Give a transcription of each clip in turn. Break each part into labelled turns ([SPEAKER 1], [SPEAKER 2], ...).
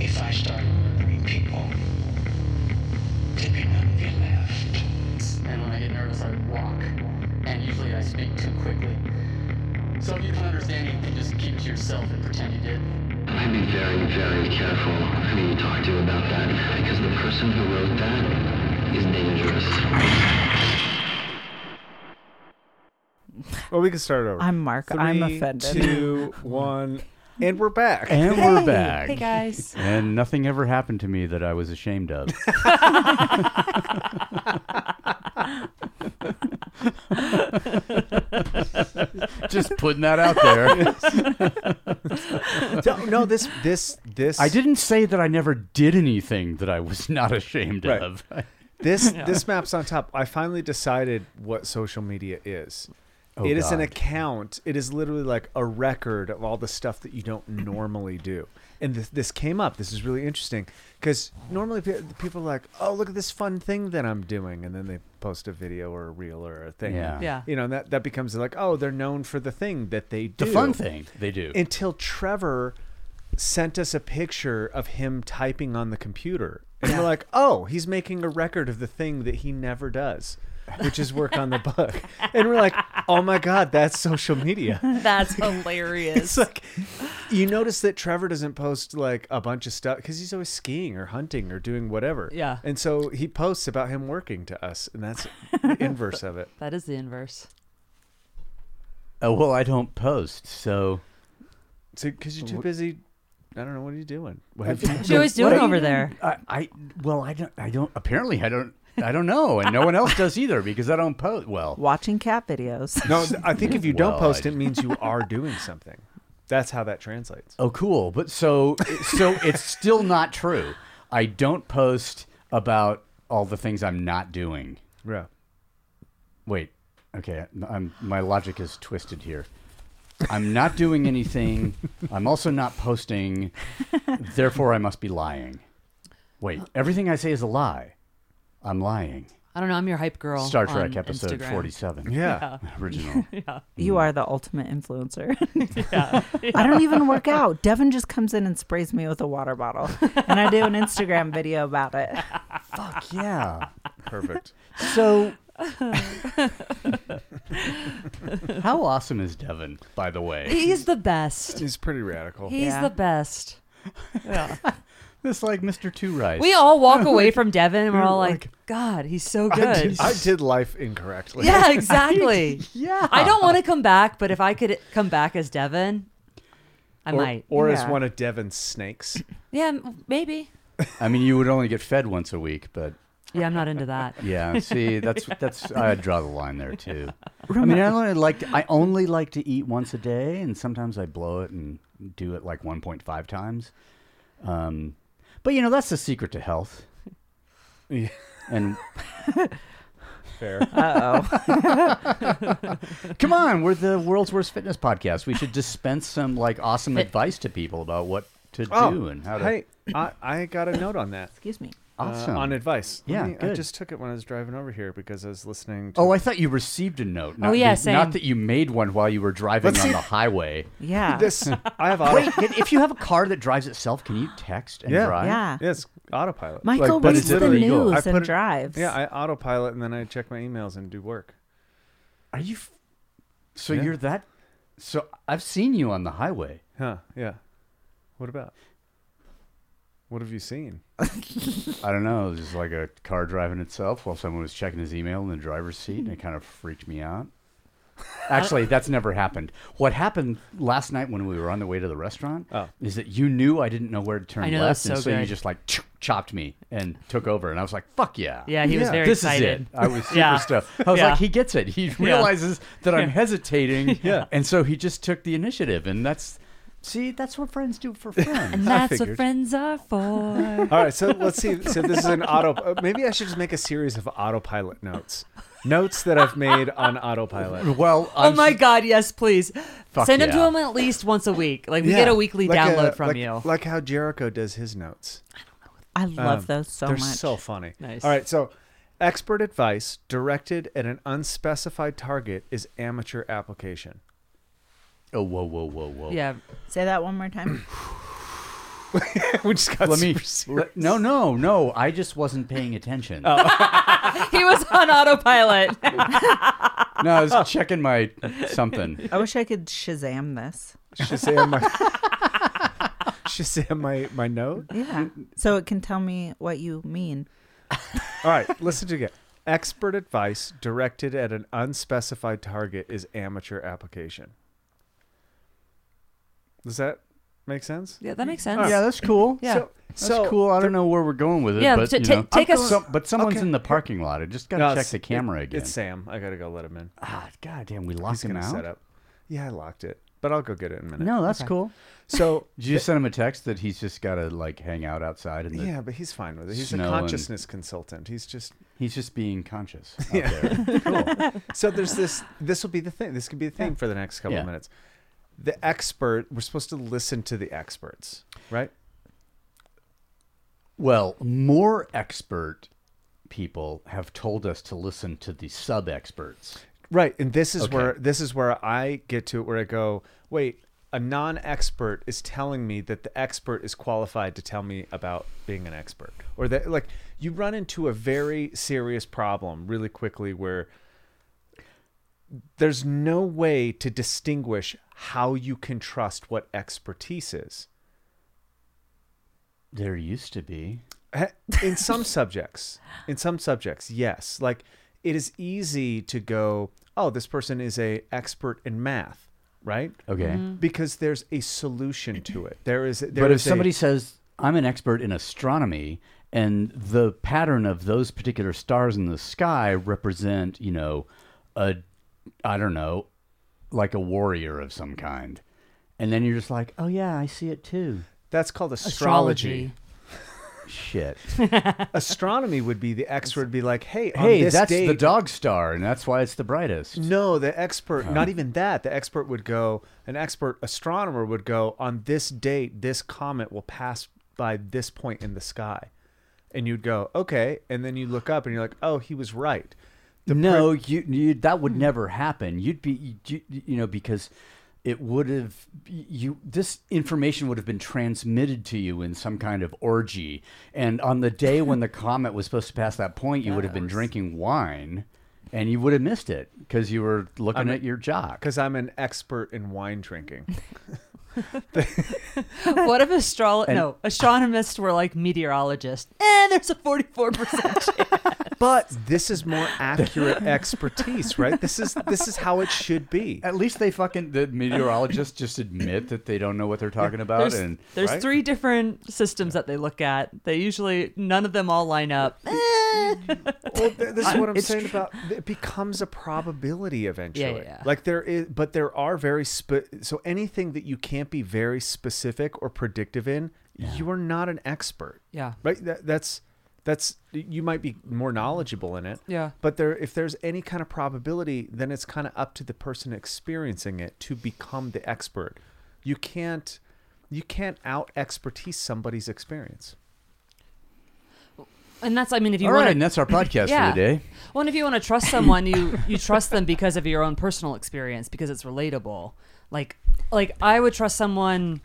[SPEAKER 1] If I start murdering people, there'd be none of you left.
[SPEAKER 2] and when I get nervous, I walk. And usually I speak too quickly. So if you don't understand anything, just keep it to yourself and pretend you did.
[SPEAKER 3] I'd be very, very careful who you talk to about that, because the person who wrote that is dangerous.
[SPEAKER 4] Well, Oh, we can start over.
[SPEAKER 5] I'm Mark.
[SPEAKER 4] Three,
[SPEAKER 5] I'm offended.
[SPEAKER 4] Two, one, and we're back.
[SPEAKER 6] And we're back.
[SPEAKER 5] Hey guys.
[SPEAKER 6] And nothing ever happened to me that I was ashamed of. Just putting that out there.
[SPEAKER 4] no, no, this, this, this.
[SPEAKER 6] I didn't say that I never did anything that I was not ashamed
[SPEAKER 4] Right.
[SPEAKER 6] of.
[SPEAKER 4] this. This map's on top. I finally decided what social media is.
[SPEAKER 6] Oh,
[SPEAKER 4] It is an
[SPEAKER 6] God.
[SPEAKER 4] account. It is literally like a record of all the stuff that you don't normally do. And this, this came up. This is really interesting because normally pe- people are like, "Oh, look at this fun thing that I'm doing," and then they post a video or a reel or a thing.
[SPEAKER 6] Yeah.
[SPEAKER 5] Yeah.
[SPEAKER 4] You know and that that becomes like, "Oh, they're known for the thing that they do."
[SPEAKER 6] The fun thing they do.
[SPEAKER 4] until Trevor sent us a picture of him typing on the computer. And we're like, oh, he's making a record of the thing that he never does, which is work on the book. And we're like, oh my God, that's social media.
[SPEAKER 5] That's hilarious.
[SPEAKER 4] It's like, you notice that Trevor doesn't post like a bunch of stuff because he's always skiing or hunting or doing whatever.
[SPEAKER 5] Yeah.
[SPEAKER 4] And so he posts about him working to us, and that's the inverse of it.
[SPEAKER 5] that is the inverse.
[SPEAKER 6] oh, well, I don't post, so.
[SPEAKER 4] So, because you're too busy, I don't know, what are you doing? What have you-
[SPEAKER 5] She always doing over there.
[SPEAKER 6] I, I well, I don't. I don't. Apparently, I don't. I don't know, and no one else does either because I don't post. Well,
[SPEAKER 5] Watching cat videos.
[SPEAKER 4] No, th- I think if you don't
[SPEAKER 6] Well,
[SPEAKER 4] post,
[SPEAKER 6] I-
[SPEAKER 4] it means you are doing something. That's how that translates.
[SPEAKER 6] oh, cool. But so, so it's still not true. I don't post about all the things I'm not doing.
[SPEAKER 4] Yeah.
[SPEAKER 6] Wait. Okay. I'm, my logic is twisted here. I'm not doing anything. I'm also not posting. Therefore, I must be lying. Wait. Everything I say is a lie. I'm lying.
[SPEAKER 2] I don't know. I'm your hype girl.
[SPEAKER 6] Star Trek
[SPEAKER 2] on
[SPEAKER 6] episode
[SPEAKER 2] Instagram.
[SPEAKER 6] 47.
[SPEAKER 4] Yeah.
[SPEAKER 6] Original.
[SPEAKER 5] You are the ultimate influencer. I don't even work out. Devin just comes in and sprays me with a water bottle. And I do an Instagram video about it.
[SPEAKER 6] Fuck yeah.
[SPEAKER 4] Perfect.
[SPEAKER 6] So, how awesome is Devin, by the way?
[SPEAKER 2] He's the best.
[SPEAKER 4] He's pretty radical.
[SPEAKER 2] He's
[SPEAKER 5] Yeah.
[SPEAKER 2] the best.
[SPEAKER 6] It's like Mr. Two Rice.
[SPEAKER 2] We all walk away from Devin and we're all like, God, he's so good.
[SPEAKER 4] I did life incorrectly.
[SPEAKER 2] Yeah, exactly.
[SPEAKER 6] yeah.
[SPEAKER 2] I don't want to come back, but if I could come back as Devin, I
[SPEAKER 4] Or,
[SPEAKER 2] might.
[SPEAKER 4] or as
[SPEAKER 5] Yeah.
[SPEAKER 4] one of Devin's snakes.
[SPEAKER 2] yeah, m- maybe.
[SPEAKER 6] I mean, you would only get fed once a week, but
[SPEAKER 2] Yeah, I'm not into that.
[SPEAKER 6] yeah. See, that's that's I draw the line there too. I mean, I only like I only like to eat once a day, and sometimes I blow it and do it like 1.5 times. Um, but you know, that's the secret to health.
[SPEAKER 4] Yeah.
[SPEAKER 6] And
[SPEAKER 4] Fair.
[SPEAKER 6] Come on, we're the world's worst fitness podcast. We should dispense some like awesome advice to people about what to do and how to.
[SPEAKER 4] Oh, hey, I, I got a note on that.
[SPEAKER 5] Excuse me.
[SPEAKER 4] uh,
[SPEAKER 6] awesome.
[SPEAKER 4] on advice. Let
[SPEAKER 6] Yeah,
[SPEAKER 4] me- I
[SPEAKER 6] good.
[SPEAKER 4] just took it when I was driving over here because I was listening to.
[SPEAKER 6] oh, I thought you received a note. Not
[SPEAKER 2] Oh, yeah,
[SPEAKER 6] you-
[SPEAKER 2] same.
[SPEAKER 6] Not that you made one while you were driving
[SPEAKER 4] Let's
[SPEAKER 6] on
[SPEAKER 4] see-
[SPEAKER 6] the highway.
[SPEAKER 5] Yeah.
[SPEAKER 4] this. I have auto,
[SPEAKER 6] Wait, can- if you have a car that drives itself, can you text and
[SPEAKER 4] Yeah.
[SPEAKER 6] drive?
[SPEAKER 5] yeah.
[SPEAKER 4] Yes, autopilot.
[SPEAKER 5] Michael
[SPEAKER 6] but
[SPEAKER 5] reads
[SPEAKER 6] it's
[SPEAKER 5] the
[SPEAKER 6] literally cool.
[SPEAKER 5] news
[SPEAKER 4] I put
[SPEAKER 5] and
[SPEAKER 4] it-
[SPEAKER 5] drives.
[SPEAKER 4] Yeah, I autopilot and then I check my emails and do work.
[SPEAKER 6] Are you? F- so
[SPEAKER 4] Yeah.
[SPEAKER 6] you're that? So I've seen you on the highway.
[SPEAKER 4] Huh? Yeah. What about? What have you seen?
[SPEAKER 6] I don't know. It was just like a car driving itself while someone was checking his email in the driver's seat, and it kind of freaked me out. Actually, that's never happened. What happened last night when we were on the way to the restaurant
[SPEAKER 4] Oh.
[SPEAKER 6] is that you knew I didn't know where to turn
[SPEAKER 2] I know,
[SPEAKER 6] left,
[SPEAKER 2] that's so
[SPEAKER 6] and so you
[SPEAKER 2] good.
[SPEAKER 6] just like chopped me and took over, and I was like, "Fuck yeah!"
[SPEAKER 2] Yeah, he was
[SPEAKER 4] Yeah.
[SPEAKER 2] very
[SPEAKER 6] this
[SPEAKER 2] excited.
[SPEAKER 6] is it. I was super
[SPEAKER 2] Yeah.
[SPEAKER 6] stoked. I was
[SPEAKER 2] Yeah.
[SPEAKER 6] like, he gets it. He realizes that I'm hesitating,
[SPEAKER 4] Yeah.
[SPEAKER 6] and so he just took the initiative, and that's see, that's what friends do for friends.
[SPEAKER 2] And that's
[SPEAKER 4] figured.
[SPEAKER 2] what friends are for.
[SPEAKER 4] All right, so let's see. So this is an auto. uh, Maybe I should just make a series of autopilot notes, notes that I've made on autopilot.
[SPEAKER 6] well,
[SPEAKER 2] oh
[SPEAKER 6] I'm
[SPEAKER 2] my God, yes, please.
[SPEAKER 6] Fuck
[SPEAKER 2] Send them to
[SPEAKER 6] yeah.
[SPEAKER 2] him at least once a week. Like, we get a weekly
[SPEAKER 4] Like a-
[SPEAKER 2] download from
[SPEAKER 4] like-
[SPEAKER 2] you.
[SPEAKER 4] like how Jericho does his notes.
[SPEAKER 5] I love those so
[SPEAKER 4] um, They're
[SPEAKER 5] much.
[SPEAKER 4] so funny.
[SPEAKER 2] Nice.
[SPEAKER 4] All right, so expert advice directed at an unspecified target is amateur application.
[SPEAKER 6] Oh whoa whoa whoa whoa.
[SPEAKER 2] yeah.
[SPEAKER 5] Say that one more time.
[SPEAKER 4] we just got
[SPEAKER 6] Let me.
[SPEAKER 4] super serious.
[SPEAKER 6] let- no, no, no. I just wasn't paying attention.
[SPEAKER 7] He was on autopilot.
[SPEAKER 6] No, I was checking my something.
[SPEAKER 5] I wish I could Shazam this.
[SPEAKER 4] Shazam my Shazam my my note.
[SPEAKER 5] Yeah. So it can tell me what you mean.
[SPEAKER 4] All right, listen to it. Expert advice directed at an unspecified target is amateur application. Does that make sense?
[SPEAKER 7] yeah, that makes sense.
[SPEAKER 6] Yeah, that's cool.
[SPEAKER 7] Yeah.
[SPEAKER 4] So,
[SPEAKER 6] That's
[SPEAKER 4] so
[SPEAKER 6] cool. I don't know where we're going with it.
[SPEAKER 7] Yeah,
[SPEAKER 6] but,
[SPEAKER 7] t-
[SPEAKER 6] you
[SPEAKER 7] ta-
[SPEAKER 6] know.
[SPEAKER 7] take
[SPEAKER 6] I'm
[SPEAKER 7] us-
[SPEAKER 6] going- but someone's
[SPEAKER 4] Okay.
[SPEAKER 6] in the parking lot. I just got to
[SPEAKER 4] No,
[SPEAKER 6] check
[SPEAKER 4] it's-
[SPEAKER 6] the camera
[SPEAKER 4] it-
[SPEAKER 6] again.
[SPEAKER 4] It's Sam. I gotta go let him in.
[SPEAKER 6] ah, God damn, we
[SPEAKER 4] He's
[SPEAKER 6] locked him
[SPEAKER 4] gonna
[SPEAKER 6] out.
[SPEAKER 4] set up. Yeah, I locked it, but I'll go get it in a minute.
[SPEAKER 6] No, that's cool.
[SPEAKER 4] So
[SPEAKER 6] Did you just send him a text that he's just got to like hang out outside and that
[SPEAKER 4] yeah, but he's fine with it. He's a
[SPEAKER 6] Snow and-
[SPEAKER 4] consciousness consultant. He's just
[SPEAKER 6] he's just being conscious out there? Cool.
[SPEAKER 4] so there's this this will be the thing this could be the thing for the next couple
[SPEAKER 6] Yeah.
[SPEAKER 4] of minutes the expert we're supposed to listen to the experts right
[SPEAKER 6] Well, more expert people have told us to listen to the sub experts.
[SPEAKER 4] right and this is
[SPEAKER 6] Okay.
[SPEAKER 4] where this is where i get to it where i go wait a non-expert is telling me that the expert is qualified to tell me about being an expert or that like you run into a very serious problem really quickly where there's no way to distinguish how you can trust what expertise is
[SPEAKER 6] There used to be.
[SPEAKER 4] in some subjects in some subjects yes like it is easy to go oh this person is a expert in math right
[SPEAKER 6] Okay.
[SPEAKER 4] because there's a solution to it there is there
[SPEAKER 6] But if
[SPEAKER 4] is a-
[SPEAKER 6] somebody says, I'm an expert in astronomy, and the pattern of those particular stars in the sky represent, you know, a, I don't know, like a warrior of some kind. And then you're just like, oh, yeah, I see it too.
[SPEAKER 4] that's called astrology
[SPEAKER 6] Shit.
[SPEAKER 4] astronomy would be the expert would be like hey on
[SPEAKER 6] hey,
[SPEAKER 4] this
[SPEAKER 6] that's the
[SPEAKER 4] date-
[SPEAKER 6] dog star, and that's why it's the brightest.
[SPEAKER 4] no the expert not even that the expert would go an expert astronomer would go on this date this comet will pass by this point in the sky and you'd go okay and then you look up and you're like oh he was right
[SPEAKER 6] no, you, you that would never happen. You'd be you, you know because it would have you this information would have been transmitted to you in some kind of orgy and on the day when the comet was supposed to pass that point you would have been drinking wine and you would have missed it because you were looking at your jock
[SPEAKER 4] because I'm an expert in wine drinking.
[SPEAKER 7] What if astrolo- no astronomists were like meteorologists? And there's a 44 percent
[SPEAKER 4] but this is more accurate expertise, right? This is this is how it should be.
[SPEAKER 6] at least they fucking the meteorologists just admit that they don't know what they're talking about
[SPEAKER 7] There's,
[SPEAKER 6] and
[SPEAKER 7] there's
[SPEAKER 4] right?
[SPEAKER 7] three different systems that they look at. They usually none of them all line up. Eh.
[SPEAKER 4] Well, th- this is what I'm
[SPEAKER 6] It's
[SPEAKER 4] saying about it becomes a probability eventually.
[SPEAKER 7] yeah.
[SPEAKER 4] Like there is, but there are very spe- so anything that you can't be very specific or predictive in, you are not an expert.
[SPEAKER 7] Yeah.
[SPEAKER 4] right that, that's that's you might be more knowledgeable in it
[SPEAKER 7] Yeah.
[SPEAKER 4] but there if there's any kind of probability then it's kind of up to the person experiencing it to become the expert you can't you can't out expertise somebody's experience
[SPEAKER 7] And that's I mean if you
[SPEAKER 6] all
[SPEAKER 7] want
[SPEAKER 6] right
[SPEAKER 7] to
[SPEAKER 6] and that's our podcast
[SPEAKER 7] Yeah.
[SPEAKER 6] for the day
[SPEAKER 7] Well, and if you want to trust someone, you you trust them because of your own personal experience because it's relatable. Like like I would trust someone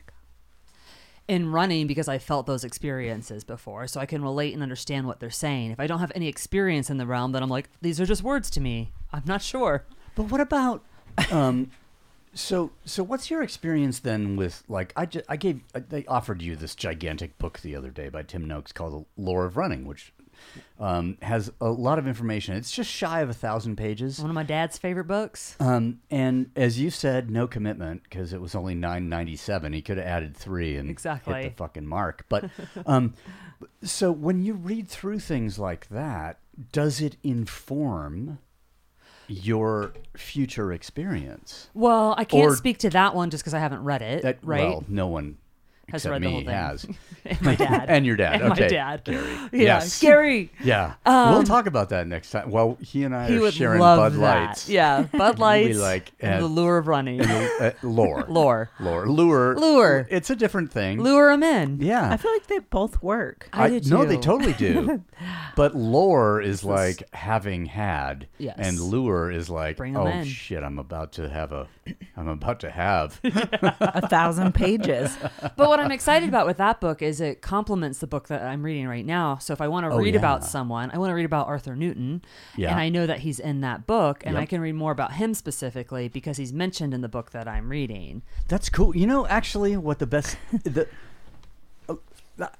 [SPEAKER 7] in running because I felt those experiences before, so I can relate and understand what they're saying. If I don't have any experience in the realm, then I'm like, these are just words to me. I'm not sure.
[SPEAKER 6] But what about um so so what's your experience then with like I ju- I gave I- they offered you this gigantic book the other day by Tim Noakes called The Lore of Running which um, has a lot of information. It's just shy of a thousand pages.
[SPEAKER 7] One of my dad's favorite books.
[SPEAKER 6] Um, and as you said, no commitment because it was only nine ninety seven. He could have added three and
[SPEAKER 7] Exactly.
[SPEAKER 6] hit the fucking mark. But um, so when you read through things like that, does it inform your future experience?
[SPEAKER 7] Well, I can't
[SPEAKER 6] Or-
[SPEAKER 7] speak to that one just because I haven't read it.
[SPEAKER 6] That
[SPEAKER 7] right?
[SPEAKER 6] well, no one
[SPEAKER 7] Has
[SPEAKER 6] except
[SPEAKER 7] read the
[SPEAKER 6] me
[SPEAKER 7] whole thing.
[SPEAKER 6] has.
[SPEAKER 7] and my dad.
[SPEAKER 6] And your dad.
[SPEAKER 7] And
[SPEAKER 6] okay.
[SPEAKER 7] my dad. Yeah,
[SPEAKER 6] Yes.
[SPEAKER 7] Gary.
[SPEAKER 6] Yeah, we'll talk about that next time. Well, he and I
[SPEAKER 7] He
[SPEAKER 6] are
[SPEAKER 7] would
[SPEAKER 6] sharing
[SPEAKER 7] love
[SPEAKER 6] Bud
[SPEAKER 7] that.
[SPEAKER 6] Lights.
[SPEAKER 7] Yeah, Bud Lights.
[SPEAKER 6] like,
[SPEAKER 7] and
[SPEAKER 6] uh,
[SPEAKER 7] the lure of running.
[SPEAKER 6] Uh, lore.
[SPEAKER 7] Lore.
[SPEAKER 6] Lore. Lure.
[SPEAKER 7] Lure.
[SPEAKER 6] It's a different thing.
[SPEAKER 7] Lure him in.
[SPEAKER 6] Yeah.
[SPEAKER 5] I feel like they both work.
[SPEAKER 7] I do
[SPEAKER 6] no, they
[SPEAKER 7] too.
[SPEAKER 6] totally do. but lore is like having had,
[SPEAKER 7] Yes.
[SPEAKER 6] and lure is like,
[SPEAKER 7] Bring 'em
[SPEAKER 6] oh
[SPEAKER 7] in."
[SPEAKER 6] shit, I'm about to have a, I'm about to have.
[SPEAKER 5] A thousand pages.
[SPEAKER 7] But what I'm excited about with that book is it complements the book that I'm reading right now. So if I want to
[SPEAKER 6] Oh,
[SPEAKER 7] read
[SPEAKER 6] yeah.
[SPEAKER 7] about someone, I want to read about Arthur Newton,
[SPEAKER 6] Yeah.
[SPEAKER 7] and I know that he's in that book, and I
[SPEAKER 6] Yep.
[SPEAKER 7] can read more about him specifically because he's mentioned in the book that I'm reading.
[SPEAKER 6] That's cool. You know, actually, what the best the uh,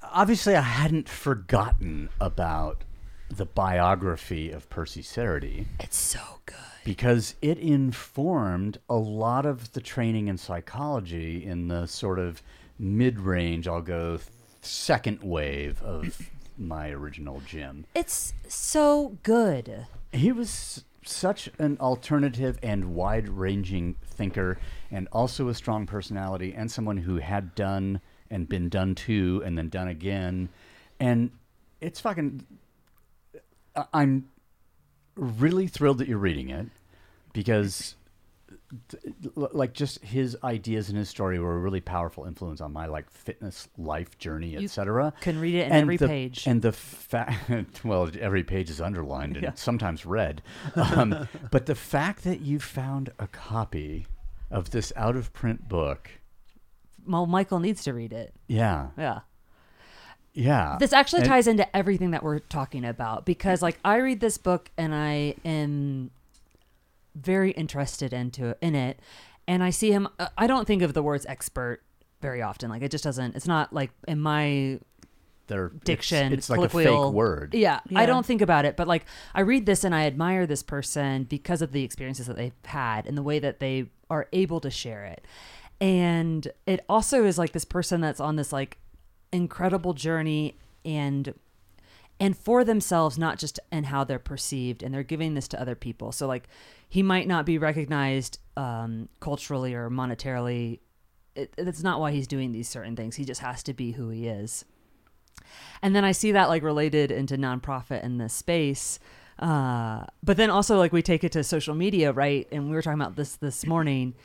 [SPEAKER 6] obviously I hadn't forgotten about the biography of Percy Sarity
[SPEAKER 7] It's so good.
[SPEAKER 6] because it informed a lot of the training in psychology in the sort of mid-range. I'll go second wave of my original gym.
[SPEAKER 7] It's so good.
[SPEAKER 6] He was such an alternative and wide ranging thinker, and also a strong personality, and someone who had done and been done to, and then done again. And it's fucking. I- I'm really thrilled that you're reading it because. th- l- Like just his ideas and his story were a really powerful influence on my like fitness life journey, etc.
[SPEAKER 7] can read it in every
[SPEAKER 6] the-
[SPEAKER 7] page.
[SPEAKER 6] and the fact, well, every page is underlined and sometimes red. Um, but the fact that you found a copy of this out of print book,
[SPEAKER 7] Well, Michael needs to read it.
[SPEAKER 6] yeah,
[SPEAKER 7] Yeah.
[SPEAKER 6] yeah.
[SPEAKER 7] This actually
[SPEAKER 6] And-
[SPEAKER 7] ties into everything that we're talking about because, like, I read this book and I am very interested into in it, and I see him. uh, I don't think of the words expert very often. Like, it just doesn't. It's not like in my
[SPEAKER 6] They're- it's-
[SPEAKER 7] diction.
[SPEAKER 6] It's, like a
[SPEAKER 7] colloquial-
[SPEAKER 6] fake word.
[SPEAKER 7] Yeah,
[SPEAKER 5] Yeah.
[SPEAKER 7] I don't think about it, but like I read this and I admire this person because of the experiences that they've had and the way that they are able to share it. And it also is like this person that's on this like incredible journey and and for themselves not just in how they're perceived and they're giving this to other people so like he might not be recognized um, culturally or monetarily it, that's not why he's doing these certain things he just has to be who he is and then I see that like related into nonprofit in this space. Uh, but then also like we take it to social media, right? And we were talking about this this morning.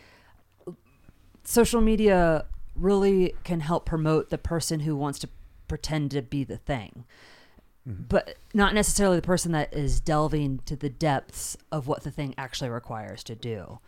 [SPEAKER 7] Social media really can help promote the person who wants to pretend to be the thing,
[SPEAKER 6] Mm-hmm.
[SPEAKER 7] but not necessarily the person that is delving to the depths of what the thing actually requires to do.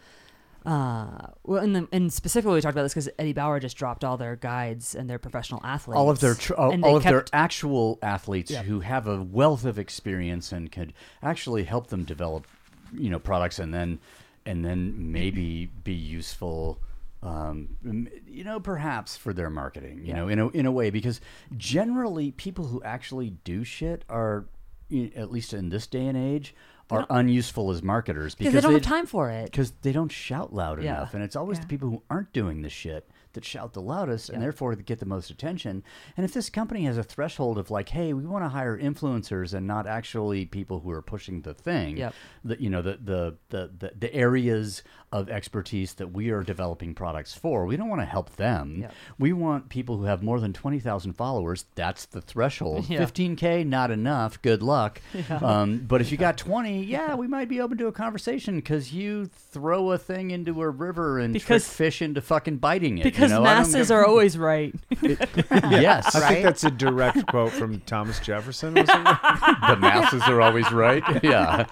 [SPEAKER 7] Uh, well, and, the, and specifically, we talked about this because Eddie Bauer just dropped all their guides and their professional athletes,
[SPEAKER 6] All of their tr- all,
[SPEAKER 7] and they
[SPEAKER 6] all of their
[SPEAKER 7] kept-
[SPEAKER 6] actual athletes who have a wealth of experience and could actually help them develop, you know, products and then and then maybe be useful, um, m- you know, perhaps for their marketing, you know, in a in a way because generally people who actually do shit are, you at least in this day and age, are unuseful as marketers
[SPEAKER 7] because
[SPEAKER 6] because
[SPEAKER 7] they don't have time for it.
[SPEAKER 6] because they don't shout loud
[SPEAKER 7] Yeah.
[SPEAKER 6] enough, and it's always the people who aren't doing the shit that shout the loudest and therefore get the most attention. And if this company has a threshold of like, hey, we want to hire influencers and not actually people who are pushing the thing,
[SPEAKER 7] Yep.
[SPEAKER 6] the, you know, the, the the the the areas of expertise that we are developing products for, we don't want to help them.
[SPEAKER 7] Yep.
[SPEAKER 6] We want people who have more than twenty thousand followers. That's the threshold.
[SPEAKER 7] Yeah.
[SPEAKER 6] Fifteen 15k not enough good luck um, but if you got 20 yeah we might be open to a conversation because you throw a thing into a river and
[SPEAKER 7] Because-
[SPEAKER 6] trick fish into fucking biting it
[SPEAKER 7] because
[SPEAKER 6] you know? I don't
[SPEAKER 7] masses
[SPEAKER 6] give-
[SPEAKER 7] are always right.
[SPEAKER 6] yes
[SPEAKER 4] I think that's a direct quote from Thomas Jefferson. Or something.
[SPEAKER 6] the masses are always right yeah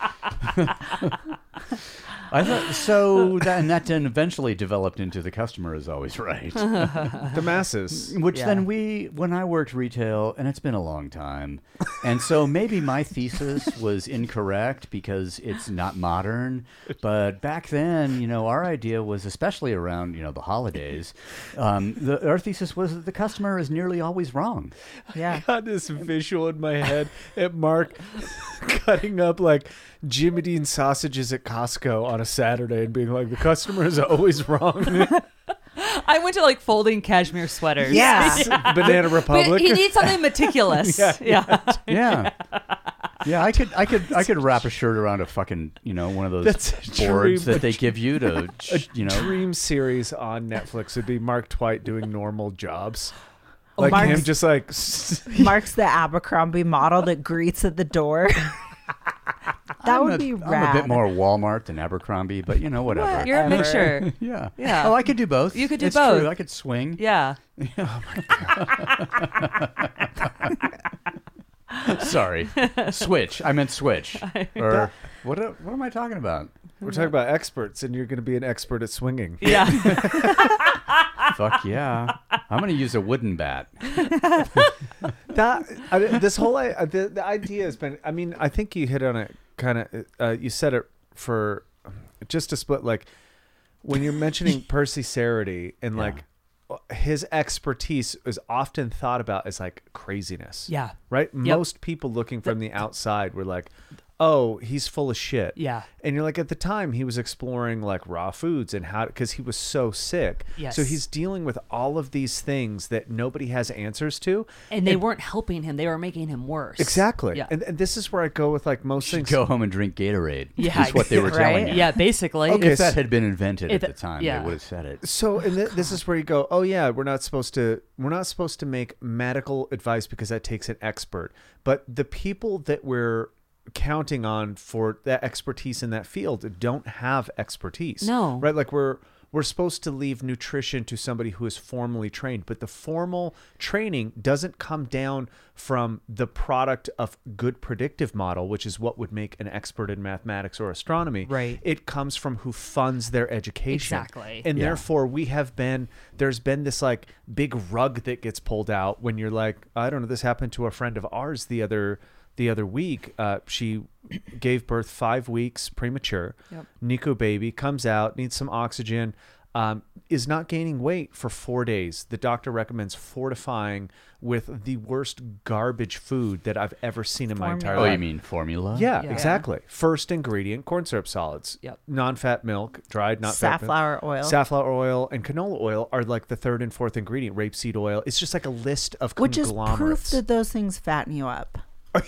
[SPEAKER 6] I thought so that and that then eventually developed into the customer is always right
[SPEAKER 4] the masses.
[SPEAKER 6] Which
[SPEAKER 7] Yeah.
[SPEAKER 6] then we, when I worked retail, and it's been a long time, and so maybe my thesis was incorrect because it's not modern. But back then, you know, our idea was, especially around you know the holidays, um, the, our thesis was that the customer is nearly always wrong.
[SPEAKER 5] Yeah.
[SPEAKER 4] got this visual in my head at Mark cutting up like Jimmy Dean sausages at Costco on a Saturday and being like, the customer is always wrong.
[SPEAKER 7] I went to like folding cashmere sweaters.
[SPEAKER 5] Yeah.
[SPEAKER 4] Banana
[SPEAKER 7] But
[SPEAKER 4] Republic.
[SPEAKER 7] he needs something meticulous. yeah.
[SPEAKER 6] Yeah. Yeah, I could, I could, I could wrap a shirt around a fucking, you know, one of those
[SPEAKER 4] That's a
[SPEAKER 6] boards
[SPEAKER 4] dream-
[SPEAKER 6] that they give you to, you know,
[SPEAKER 4] Dream series on Netflix would be Mark Twite doing normal jobs.
[SPEAKER 7] Oh,
[SPEAKER 4] Like
[SPEAKER 5] Mark's-
[SPEAKER 4] him just like
[SPEAKER 5] Mark's the Abercrombie model that greets at the door. that
[SPEAKER 6] I'm
[SPEAKER 5] would
[SPEAKER 6] a-
[SPEAKER 5] be rad.
[SPEAKER 6] I'm a bit more Walmart than Abercrombie, but you know, whatever.
[SPEAKER 7] You're a mixture.
[SPEAKER 6] Yeah.
[SPEAKER 7] Yeah.
[SPEAKER 6] Oh, I could do both.
[SPEAKER 7] You could do
[SPEAKER 6] It's
[SPEAKER 7] both.
[SPEAKER 6] True. I could swing.
[SPEAKER 7] Yeah.
[SPEAKER 6] Sorry. switch. I meant switch. Or what? What am I talking about?
[SPEAKER 4] we're talking about experts and you're going to be an expert at swinging.
[SPEAKER 7] Yeah.
[SPEAKER 6] Fuck yeah. I'm going to use a wooden bat.
[SPEAKER 4] that I, mean, this whole i- uh, the, the idea has been i mean i think you hit on it kind of uh, you said it for just a split like when you're mentioning percy Sarity and like his expertise is often thought about as like craziness
[SPEAKER 7] Yeah.
[SPEAKER 4] right most people looking from the outside were like oh he's full of shit
[SPEAKER 7] Yeah.
[SPEAKER 4] and you're like at the time he was exploring like raw foods and how because he was so sick
[SPEAKER 7] Yes.
[SPEAKER 4] so he's dealing with all of these things that nobody has answers to
[SPEAKER 7] And they weren't helping him; they were making him worse.
[SPEAKER 4] Exactly.
[SPEAKER 7] Yeah.
[SPEAKER 4] And, and this is where I go with like most things.
[SPEAKER 6] Go home and drink Gatorade.
[SPEAKER 7] Yeah,
[SPEAKER 6] is what they were
[SPEAKER 5] right?
[SPEAKER 6] telling you.
[SPEAKER 7] yeah, basically.
[SPEAKER 4] Okay.
[SPEAKER 6] If that had been invented
[SPEAKER 7] If
[SPEAKER 6] at
[SPEAKER 7] it-
[SPEAKER 6] the time,
[SPEAKER 7] yeah.
[SPEAKER 6] they would have said it.
[SPEAKER 4] So
[SPEAKER 7] Oh,
[SPEAKER 4] and th- this is where you go, oh yeah, we're not supposed to we're not supposed to make medical advice because that takes an expert. But the people that we're counting on for that expertise in that field don't have expertise.
[SPEAKER 7] No.
[SPEAKER 4] Right? Like we're we're supposed to leave nutrition to somebody who is formally trained, but the formal training doesn't come down from the product of good predictive model, which is what would make an expert in mathematics or astronomy.
[SPEAKER 7] Right.
[SPEAKER 4] It comes from who funds their education education.
[SPEAKER 7] Exactly.
[SPEAKER 4] And
[SPEAKER 6] Yeah.
[SPEAKER 4] therefore, we have been there's been this like big rug that gets pulled out when you're like, I don't know. This happened to a friend of ours the other the other week. Uh, she gave birth five weeks premature. Nico baby comes out, needs some oxygen. Um, is not gaining weight for four days. The doctor recommends fortifying with the worst garbage food that I've ever seen in my entire
[SPEAKER 6] Oh,
[SPEAKER 4] life.
[SPEAKER 6] you mean formula?
[SPEAKER 4] Yeah,
[SPEAKER 7] Yeah.
[SPEAKER 4] exactly. First ingredient: corn syrup solids.
[SPEAKER 7] Yep.
[SPEAKER 4] Non-fat milk, dried not
[SPEAKER 5] Safflower
[SPEAKER 4] fat milk.
[SPEAKER 5] oil.
[SPEAKER 4] Safflower oil and canola oil are like the third and fourth ingredient. Rapeseed oil. It's just like a list of
[SPEAKER 5] Which is proof
[SPEAKER 4] conglomerates.
[SPEAKER 5] that those things fatten you up.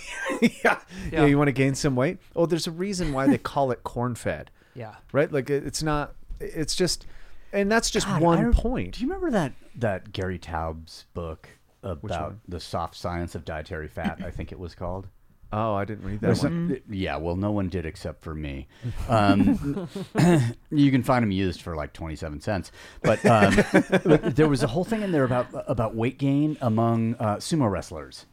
[SPEAKER 4] yeah. yeah, You want to gain some weight? Oh, there's a reason why they call it corn-fed.
[SPEAKER 7] Yeah.
[SPEAKER 4] Right. Like it- it's not. It's just, and that's just
[SPEAKER 6] God, I
[SPEAKER 4] one
[SPEAKER 6] re-
[SPEAKER 4] point.
[SPEAKER 6] Do you remember that that Gary Taub's book about the soft science of dietary fat? I think it was called.
[SPEAKER 4] Oh, I didn't read that
[SPEAKER 6] There's
[SPEAKER 4] one.
[SPEAKER 6] a- yeah, well, no one did except for me. Um, you can find them used for like twenty-seven cents, but, um, but there was a whole thing in there about about weight gain among uh, sumo wrestlers,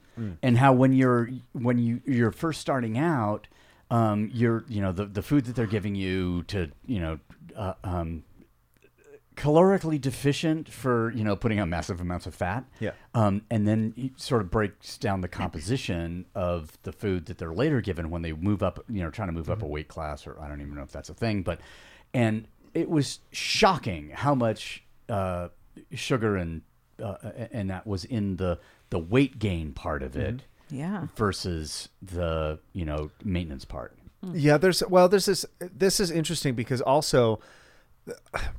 [SPEAKER 6] and how when you're when you you're first starting out, um, you're you know the the food that they're giving you to you know. Uh, um, calorically deficient for you know putting on massive amounts of fat.
[SPEAKER 4] Yeah.
[SPEAKER 6] Um, and then it sort of breaks down the composition of the food that they're later given when they move up, you know, trying to move up a weight class, or I don't even know if that's a thing, but and it was shocking how much uh, sugar and uh, and that was in the the weight gain part of it
[SPEAKER 5] Yeah.
[SPEAKER 6] versus the you know maintenance part.
[SPEAKER 4] Yeah, there's well, there's this. This is interesting because also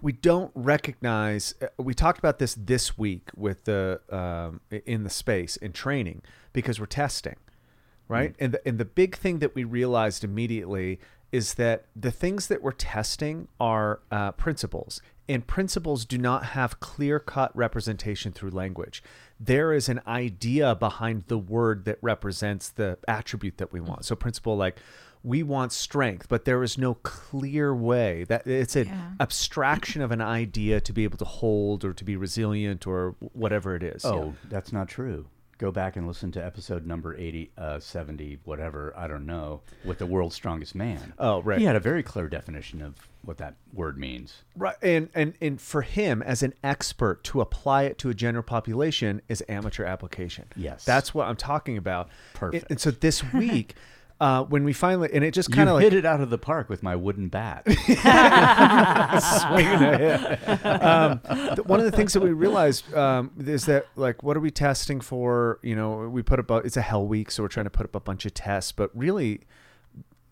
[SPEAKER 4] we don't recognize. uh, We talked about this this week with the um, in the space in training because we're testing, right? And the, and the big thing that we realized immediately is that the things that we're testing are uh, principles, and principles do not have clear cut representation through language. There is an idea behind the word that represents the attribute that we want. So principle like we want strength, but there is no clear way that it's an abstraction of an idea to be able to hold or to be resilient or whatever it is.
[SPEAKER 6] Oh, that's not true. Go back and listen to episode number 80, uh, 70, whatever, I don't know, with the world's strongest man.
[SPEAKER 4] Oh, right.
[SPEAKER 6] He had a very clear definition of what that word means.
[SPEAKER 4] Right, and and and for him as an expert to apply it to a general population is amateur application.
[SPEAKER 6] Yes.
[SPEAKER 4] that's what I'm talking about.
[SPEAKER 6] Perfect.
[SPEAKER 4] And, and so this week, uh, when we finally, and it just kind
[SPEAKER 6] you
[SPEAKER 4] of like
[SPEAKER 6] hit it out of the park with my wooden bat.
[SPEAKER 4] swinging a hit. Um, th- one of the things that we realized um, is that like, what are we testing for? You know, we put up a, it's a hell week, so we're trying to put up a bunch of tests. But really,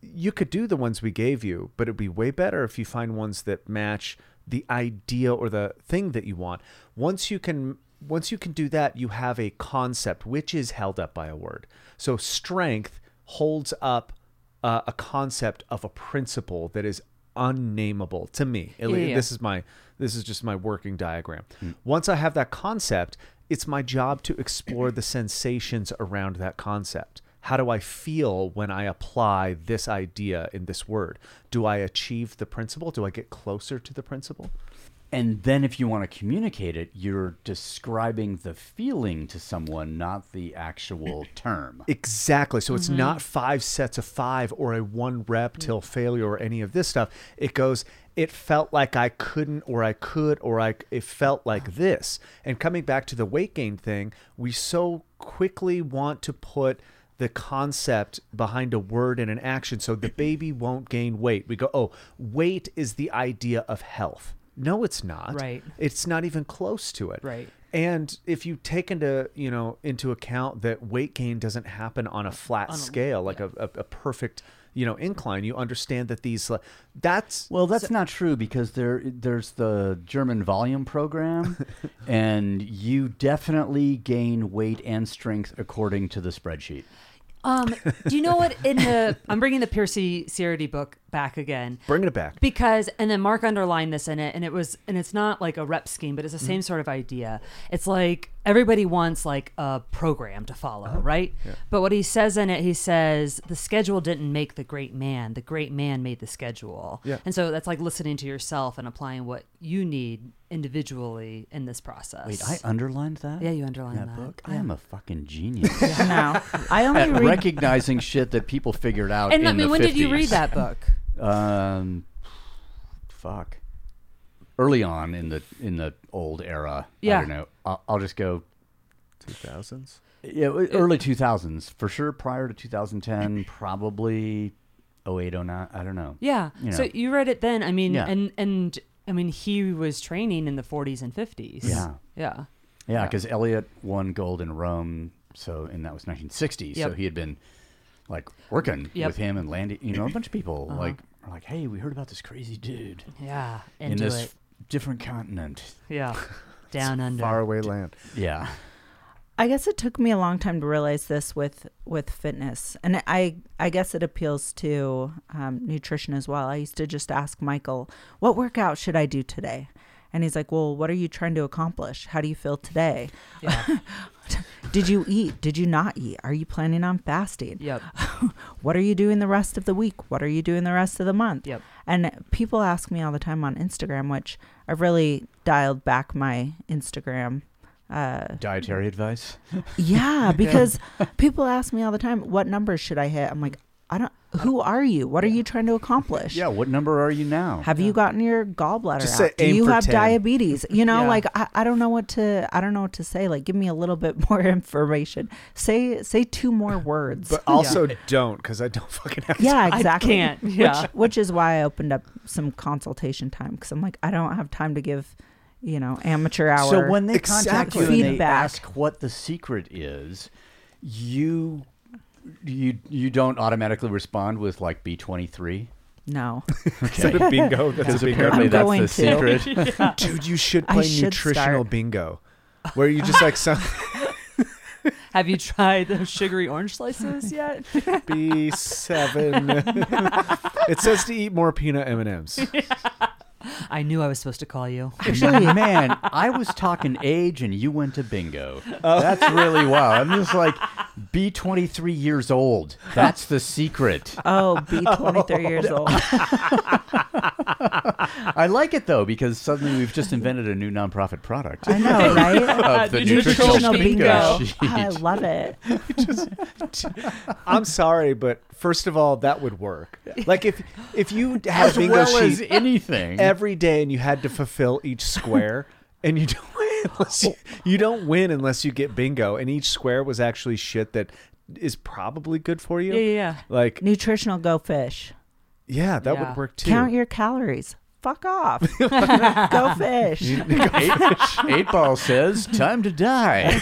[SPEAKER 4] you could do the ones we gave you, but it'd be way better if you find ones that match the idea or the thing that you want. Once you can once you can do that, you have a concept which is held up by a word. So strength holds up uh, a concept of a principle that is unnameable to me. At least
[SPEAKER 7] yeah.
[SPEAKER 4] This is my this is just my working diagram. Once I have that concept, it's my job to explore the sensations around that concept. How do I feel when I apply this idea in this word? Do I achieve the principle? Do I get closer to the principle?
[SPEAKER 6] and then if you want to communicate it, you're describing the feeling to someone, not the actual term.
[SPEAKER 4] Exactly. So it's
[SPEAKER 7] Mm-hmm. Mm.
[SPEAKER 4] not five sets of five or a one rep till failure or any of this stuff. It goes, it felt like I couldn't or I could or I it felt like this. And coming back to the weight gain thing, we so quickly want to put the concept behind a word and an action so the baby won't gain weight. We go, "Oh, weight is the idea of health." No, it's not.
[SPEAKER 7] Right.
[SPEAKER 4] It's not even close to it.
[SPEAKER 7] Right.
[SPEAKER 4] And if you take into you know into account that weight gain doesn't happen on a flat scale, like a, a, a perfect you know incline, you understand that these like, that's
[SPEAKER 6] Well, that's not true because there there's the German volume program, and you definitely gain weight and strength according to the spreadsheet.
[SPEAKER 7] Um, do you know what? In the I'm bringing the Piercy Cerity book back again.
[SPEAKER 4] bringing it back.
[SPEAKER 7] because and then mark underlined this in it and it was and it's not like a rep scheme but it's
[SPEAKER 6] Mm-hmm.
[SPEAKER 7] the same sort of idea it's like everybody wants like a program to follow
[SPEAKER 6] Uh-huh.
[SPEAKER 7] right but what he says in it he says the schedule didn't make the great man the great man made the schedule
[SPEAKER 4] Yeah.
[SPEAKER 7] and so that's like listening to yourself and applying what you need individually in this process
[SPEAKER 6] Wait, I underlined that.
[SPEAKER 7] Yeah, you underlined that.
[SPEAKER 6] book. I am a fucking genius
[SPEAKER 5] No, I only
[SPEAKER 6] at
[SPEAKER 5] read.
[SPEAKER 6] recognizing shit that people figured out.
[SPEAKER 7] and
[SPEAKER 6] in
[SPEAKER 7] i mean
[SPEAKER 6] the
[SPEAKER 7] when did you read
[SPEAKER 6] 50s.
[SPEAKER 7] that book
[SPEAKER 6] Um, fuck. Early on in the in the old era. I
[SPEAKER 7] Yeah.
[SPEAKER 6] don't know. I'll, I'll just go.
[SPEAKER 4] Two thousands.
[SPEAKER 6] Yeah, w- early two thousands for sure. Prior to 2010, probably 08, 09. I don't know.
[SPEAKER 7] yeah
[SPEAKER 6] You
[SPEAKER 7] so
[SPEAKER 6] know.
[SPEAKER 7] you read it then i mean
[SPEAKER 6] Yeah.
[SPEAKER 7] and and i mean he was training in the 40s and 50s
[SPEAKER 6] Yeah.
[SPEAKER 7] yeah
[SPEAKER 6] Yeah, because Elliot won gold in Rome, so and that was 1960. So
[SPEAKER 7] Yep.
[SPEAKER 6] he had been like working
[SPEAKER 7] Yep.
[SPEAKER 6] with him and Landy, you know, a bunch of people like are like, hey, we heard about this crazy dude
[SPEAKER 7] Yeah,
[SPEAKER 6] in
[SPEAKER 7] into
[SPEAKER 6] this
[SPEAKER 7] it.
[SPEAKER 6] different continent.
[SPEAKER 7] Yeah, down under.
[SPEAKER 4] Faraway land.
[SPEAKER 6] Yeah,
[SPEAKER 5] I guess it took me a long time to realize this with with fitness, and I I guess it appeals to um, nutrition as well. I used to just ask Michael, "What workout should I do today?" And he's like, "Well, what are you trying to accomplish? How do you feel today?
[SPEAKER 7] Yeah.
[SPEAKER 5] Did you eat? Did you not eat? Are you planning on fasting?
[SPEAKER 7] yep.
[SPEAKER 5] what are you doing the rest of the week? What are you doing the rest of the month?
[SPEAKER 7] Yep.
[SPEAKER 5] And people ask me all the time on Instagram, which I've really dialed back my Instagram. Uh,
[SPEAKER 6] dietary advice.
[SPEAKER 5] yeah, because people ask me all the time, what numbers should I hit? I'm like, I don't, who are you? What are you trying to accomplish?
[SPEAKER 6] Yeah, what number are you now?
[SPEAKER 5] Have you gotten your gallbladder
[SPEAKER 4] Just say
[SPEAKER 5] out? Do
[SPEAKER 4] aim
[SPEAKER 5] you
[SPEAKER 4] for
[SPEAKER 5] have
[SPEAKER 4] 10.
[SPEAKER 5] diabetes? You know,
[SPEAKER 7] Yeah.
[SPEAKER 5] like I, I don't know what to I don't know what to say. Like give me a little bit more information. Say say two more words.
[SPEAKER 4] But also don't because I don't fucking have.
[SPEAKER 5] Yeah, exactly.
[SPEAKER 7] can't, yeah.
[SPEAKER 5] Which, which is why I opened up some consultation time because I'm like, I don't have time to give, you know, amateur hour.
[SPEAKER 6] So when they contact
[SPEAKER 4] Exactly.
[SPEAKER 6] you and they
[SPEAKER 5] Feedback.
[SPEAKER 6] ask what the secret is, you you you don't automatically respond with like B twenty three.
[SPEAKER 5] no,
[SPEAKER 4] Is that a bingo? That's a bingo.
[SPEAKER 6] Apparently, that's
[SPEAKER 5] going
[SPEAKER 6] the
[SPEAKER 5] to.
[SPEAKER 6] secret.
[SPEAKER 4] Dude, you should
[SPEAKER 5] I
[SPEAKER 4] play
[SPEAKER 5] should
[SPEAKER 4] nutritional
[SPEAKER 5] start.
[SPEAKER 4] bingo, where you just like some
[SPEAKER 7] Have you tried the sugary orange slices yet?
[SPEAKER 4] B seven. it says to eat more peanut M and M's.
[SPEAKER 7] I knew I was supposed to call you.
[SPEAKER 6] Actually, man, I was talking age and you went to bingo.
[SPEAKER 4] Oh.
[SPEAKER 6] That's really wow. I'm just like B twenty three years old. That's the secret.
[SPEAKER 5] oh, be 23 years old.
[SPEAKER 6] Oh, I like it though because suddenly we've just invented a new nonprofit product
[SPEAKER 5] I know, right?
[SPEAKER 6] of the
[SPEAKER 7] Uh, Nutritional
[SPEAKER 6] nutritional bingo.
[SPEAKER 5] bingo.
[SPEAKER 6] sheet.
[SPEAKER 5] I love it.
[SPEAKER 4] I'm sorry, but first of all, that would work. Like if if you had
[SPEAKER 6] As
[SPEAKER 4] bingo
[SPEAKER 6] well
[SPEAKER 4] sheet
[SPEAKER 6] as anything.
[SPEAKER 4] every day and you had to fulfill each square, and you don't win unless you, you don't win unless you get bingo, and each square was actually shit that is probably good for you.
[SPEAKER 7] Yeah, yeah, yeah.
[SPEAKER 4] Like
[SPEAKER 5] Nutritional go fish.
[SPEAKER 4] yeah, that
[SPEAKER 7] Yeah.
[SPEAKER 4] would work too.
[SPEAKER 5] Count your calories. Fuck off. go fish.
[SPEAKER 6] eight, eight ball says time to die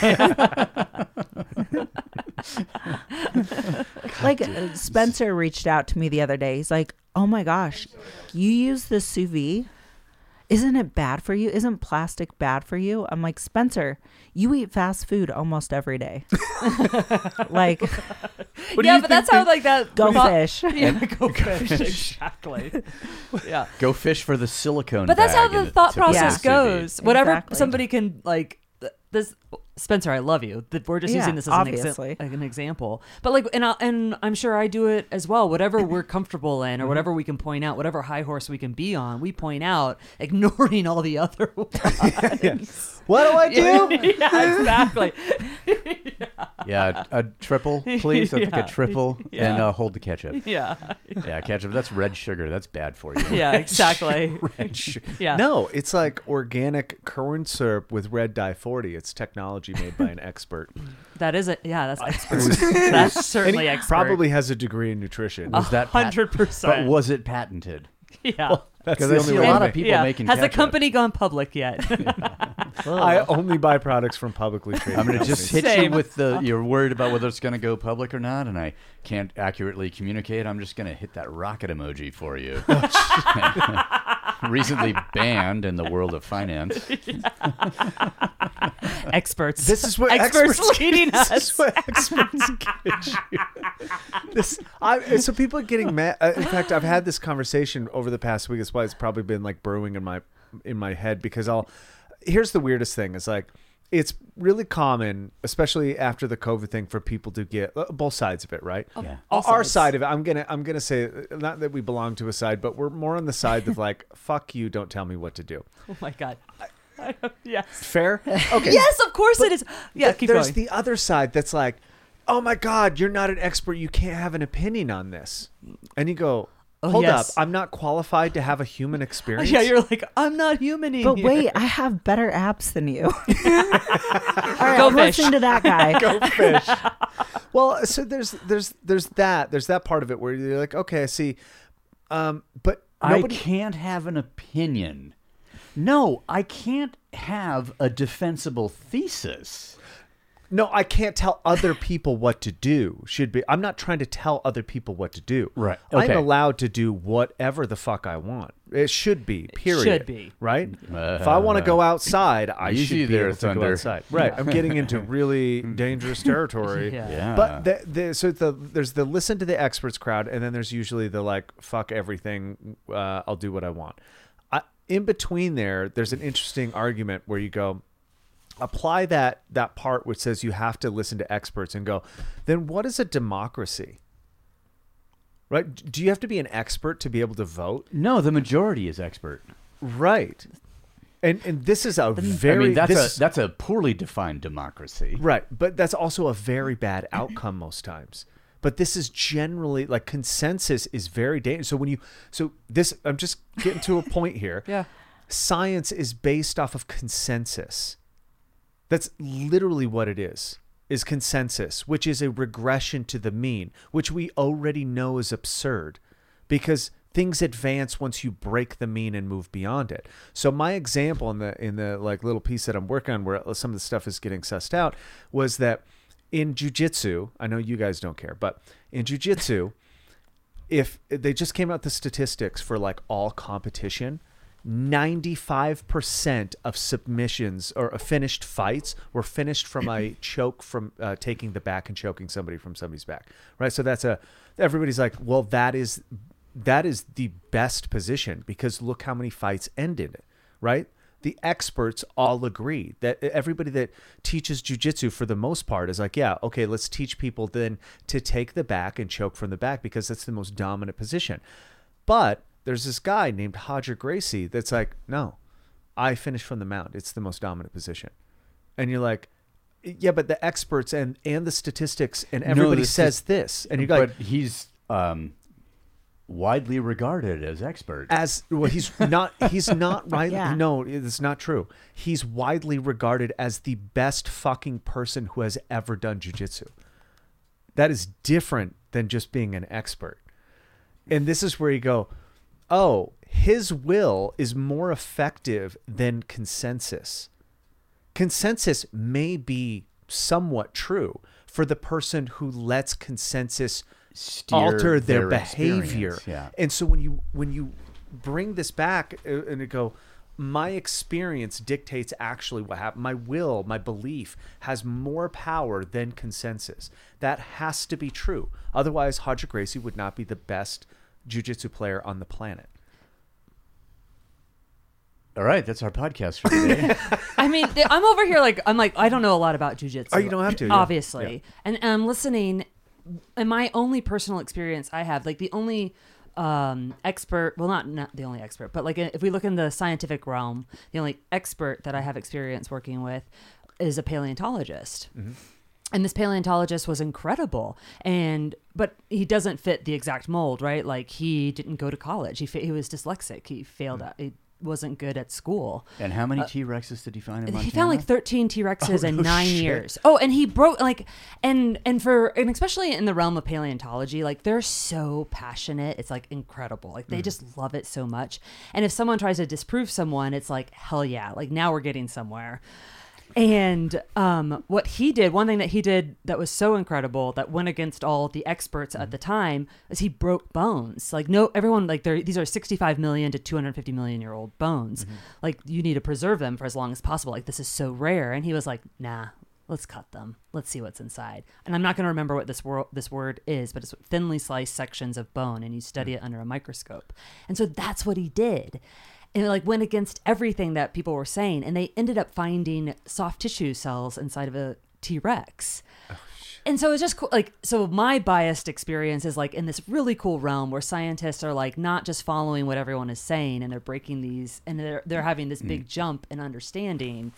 [SPEAKER 5] like uh, Spencer reached out to me the other day. He's like, "Oh my gosh, you use the sous vide. Isn't it bad for you? Isn't plastic bad for you?" I'm like, "Spencer, you eat fast food almost every day. like,
[SPEAKER 7] yeah, but that's how like that.
[SPEAKER 5] go
[SPEAKER 7] thought-
[SPEAKER 5] fish.
[SPEAKER 7] Yeah, go fish. Exactly. Yeah,
[SPEAKER 6] go fish for the silicone
[SPEAKER 7] but that's how
[SPEAKER 6] bag in
[SPEAKER 7] the thought
[SPEAKER 6] typical
[SPEAKER 7] process
[SPEAKER 6] sous vide.
[SPEAKER 7] goes. Whatever
[SPEAKER 5] Exactly.
[SPEAKER 7] somebody can like th- this. Spencer, I love you. That we're just
[SPEAKER 5] Yeah,
[SPEAKER 7] using this as
[SPEAKER 5] obviously.
[SPEAKER 7] an, exa- like an example. But like, and I, and I'm sure I do it as well. Whatever we're comfortable in, or
[SPEAKER 5] Mm-hmm.
[SPEAKER 7] whatever we can point out, whatever high horse we can be on, we point out, ignoring all the other ones.
[SPEAKER 4] What do I do?
[SPEAKER 7] yeah, exactly.
[SPEAKER 6] Yeah, a, a triple, please. I think
[SPEAKER 7] Yeah.
[SPEAKER 6] a triple and uh, hold the ketchup.
[SPEAKER 7] Yeah.
[SPEAKER 6] Yeah, ketchup. That's red sugar. That's bad for you.
[SPEAKER 7] Yeah, exactly.
[SPEAKER 4] Red sh-
[SPEAKER 7] Yeah.
[SPEAKER 4] No, it's like organic corn syrup with red dye 40. It's technology made by an expert.
[SPEAKER 7] That is it. Yeah, that's expert. that's
[SPEAKER 4] And he
[SPEAKER 7] certainly expert.
[SPEAKER 4] probably has a degree in nutrition.
[SPEAKER 6] Was that pat-
[SPEAKER 7] 100%.
[SPEAKER 6] But was it patented?
[SPEAKER 7] Yeah.
[SPEAKER 4] That's
[SPEAKER 6] Because
[SPEAKER 4] the
[SPEAKER 6] I
[SPEAKER 4] only
[SPEAKER 6] see a
[SPEAKER 4] way.
[SPEAKER 6] lot
[SPEAKER 4] to
[SPEAKER 6] of people
[SPEAKER 7] yeah.
[SPEAKER 6] making
[SPEAKER 7] Has the
[SPEAKER 6] ketchup.
[SPEAKER 7] company gone public yet?
[SPEAKER 4] make- I only buy products from publicly traded
[SPEAKER 6] I'm going to just
[SPEAKER 4] companies.
[SPEAKER 6] hit you
[SPEAKER 7] Same.
[SPEAKER 6] with the. You're worried about whether it's going to go public or not, and I can't accurately communicate. I'm just going to hit that rocket emoji for you. Recently banned in the world of finance.
[SPEAKER 7] experts.
[SPEAKER 4] This is what
[SPEAKER 7] experts,
[SPEAKER 4] experts
[SPEAKER 7] leading us.
[SPEAKER 4] This is what experts get you. This, I, so people are getting mad. Uh, in fact, I've had this conversation over the past week. That's why it's probably been like brewing in my in my head because I'll. Here's the weirdest thing: is like it's really common, especially after the COVID thing, for people to get uh, both sides of it, right?
[SPEAKER 6] Yeah.
[SPEAKER 7] all
[SPEAKER 4] Our
[SPEAKER 7] sides.
[SPEAKER 4] side of it. I'm gonna I'm gonna say uh, not that we belong to a side, but we're more on the side of like fuck you, don't tell me what to do.
[SPEAKER 7] oh my god. yes.
[SPEAKER 4] Fair? Okay.
[SPEAKER 7] Yes, of course it is. Yeah,
[SPEAKER 4] But
[SPEAKER 7] keep
[SPEAKER 4] there's
[SPEAKER 7] going.
[SPEAKER 4] the other side that's like, oh my God, you're not an expert. You can't have an opinion on this. And you go,
[SPEAKER 7] Oh,
[SPEAKER 4] hold
[SPEAKER 7] yes.
[SPEAKER 4] up. I'm not qualified to have a human experience.
[SPEAKER 7] yeah, you're like I'm not human in
[SPEAKER 5] But
[SPEAKER 7] here.
[SPEAKER 5] wait, I have better apps than you. All right,
[SPEAKER 7] Go
[SPEAKER 5] I'm
[SPEAKER 7] fish.
[SPEAKER 5] listening to that guy. Oh
[SPEAKER 4] go
[SPEAKER 7] "Oh,
[SPEAKER 4] fish. well, so there's there's there's that there's that part of it where you're like, okay, I see, um, but nobody.
[SPEAKER 6] I can't have an opinion. No, I can't have a defensible thesis.
[SPEAKER 4] No, I can't tell other people what to do. Should be. I'm not trying to tell other people what to do.
[SPEAKER 6] Right, okay.
[SPEAKER 4] I'm allowed to do whatever the fuck I want. It should be. Period.
[SPEAKER 7] should be.
[SPEAKER 4] Right. if I want to go outside, I
[SPEAKER 6] Uh, Easy
[SPEAKER 4] should be
[SPEAKER 6] there,
[SPEAKER 4] able to
[SPEAKER 6] Thunder.
[SPEAKER 4] go outside. Right. I'm getting into really dangerous territory.
[SPEAKER 7] Yeah.
[SPEAKER 6] Yeah.
[SPEAKER 4] But the, the, so the, there's the listen to the experts crowd, and then there's usually the like fuck everything, uh, I'll do what I want. I, in between there, there's an interesting argument where you go apply that that part which says you have to listen to experts and go, then what is a democracy? Right? Do you have to be an expert to be able to vote?
[SPEAKER 6] no, the majority is expert.
[SPEAKER 4] Right. And and this is a
[SPEAKER 6] I
[SPEAKER 4] very
[SPEAKER 6] mean, that's
[SPEAKER 4] this-
[SPEAKER 6] a that's a poorly defined democracy.
[SPEAKER 4] Right, but that's also a very bad outcome most times. But this is generally like consensus is very dangerous. So when you so this I'm just getting to a point here.
[SPEAKER 7] Yeah.
[SPEAKER 4] Science is based off of consensus. That's literally what it is. Is consensus, which is a regression to the mean, which we already know is absurd because things advance once you break the mean and move beyond it. So my example in the in the like little piece that I'm working on where some of the stuff is getting sussed out was that in jujitsu, I know you guys don't care, but in jujitsu, if they just came out the statistics for like all competition, 95% of submissions or uh, finished fights were finished from a choke from uh, taking the back and choking somebody from somebody's back. Right? So that's a everybody's like, "Well, that is that is the best position because look how many fights ended it." Right? the experts all agree that everybody that teaches jujitsu for the most part is like, yeah, okay, let's teach people then to take the back and choke from the back because that's the most dominant position. But there's this guy named Hodger Gracie that's like, no, I finish from the mount. It's the most dominant position. And you're like, yeah, but the experts and and the statistics and everybody
[SPEAKER 6] this
[SPEAKER 4] says
[SPEAKER 6] is-
[SPEAKER 4] this, and you're like,
[SPEAKER 6] but he's um, widely regarded as expert.
[SPEAKER 4] as well he's not he's not right
[SPEAKER 5] Yeah.
[SPEAKER 4] no it's not true he's widely regarded as the best fucking person who has ever done jujitsu that is different than just being an expert and this is where you go oh his will is more effective than consensus consensus may be somewhat true for the person who lets consensus
[SPEAKER 6] Steer
[SPEAKER 4] alter their,
[SPEAKER 6] their
[SPEAKER 4] behavior.
[SPEAKER 6] experience, yeah.
[SPEAKER 4] And so when you when you bring this back uh, and it go my experience dictates actually what happened. My will, my belief has more power than consensus. That has to be true. Otherwise, Hodja Gracie would not be the best jujitsu player on the planet.
[SPEAKER 6] All right, that's our podcast for today.
[SPEAKER 7] I mean, th- I'm over here like I'm like I don't know a lot about jujitsu.
[SPEAKER 4] Oh, you don't have to, yeah.
[SPEAKER 7] obviously. And, and I'm listening, and my only personal experience I have, like the only um, expert, well, not not the only expert, but like uh, if we look in the scientific
[SPEAKER 4] Mm-hmm.
[SPEAKER 7] realm, the only expert that I have experience working with is a paleontologist. and this paleontologist was incredible and but he doesn't fit the exact mold right like he didn't go to college he, fa- he was dyslexic he failed
[SPEAKER 4] Mm.
[SPEAKER 7] at he wasn't good at school
[SPEAKER 6] And how many T Rexes did he find in Montana?
[SPEAKER 7] he found like 13 T-Rexes in
[SPEAKER 6] no
[SPEAKER 7] 9
[SPEAKER 6] shit.
[SPEAKER 7] years. Oh, and he broke like and and for and especially in the realm of paleontology, like they're so passionate. It's like incredible. Like
[SPEAKER 6] Mm.
[SPEAKER 7] they just love it so much. And if someone tries to disprove someone, it's like hell yeah. Like now we're getting somewhere. And um, what he did, one thing that he did that was so incredible that went against all the experts at the time is he broke bones. Like no, everyone like they're, these are 65 million to 250 million year old bones. Like you need to preserve them for as long as possible. Like this is so rare. And he was like, nah, let's cut them. Let's see what's inside. And I'm not going to remember what this word this word is, but it's thinly sliced sections of bone, and you study it under a microscope. And so that's what he did and it like went against everything that people were saying and they ended up finding soft tissue cells inside of a t-rex and so it's just cool like so my biased experience is like in this really cool realm where scientists are like not just following what everyone is saying and they're breaking these and they're they're having this big jump in understanding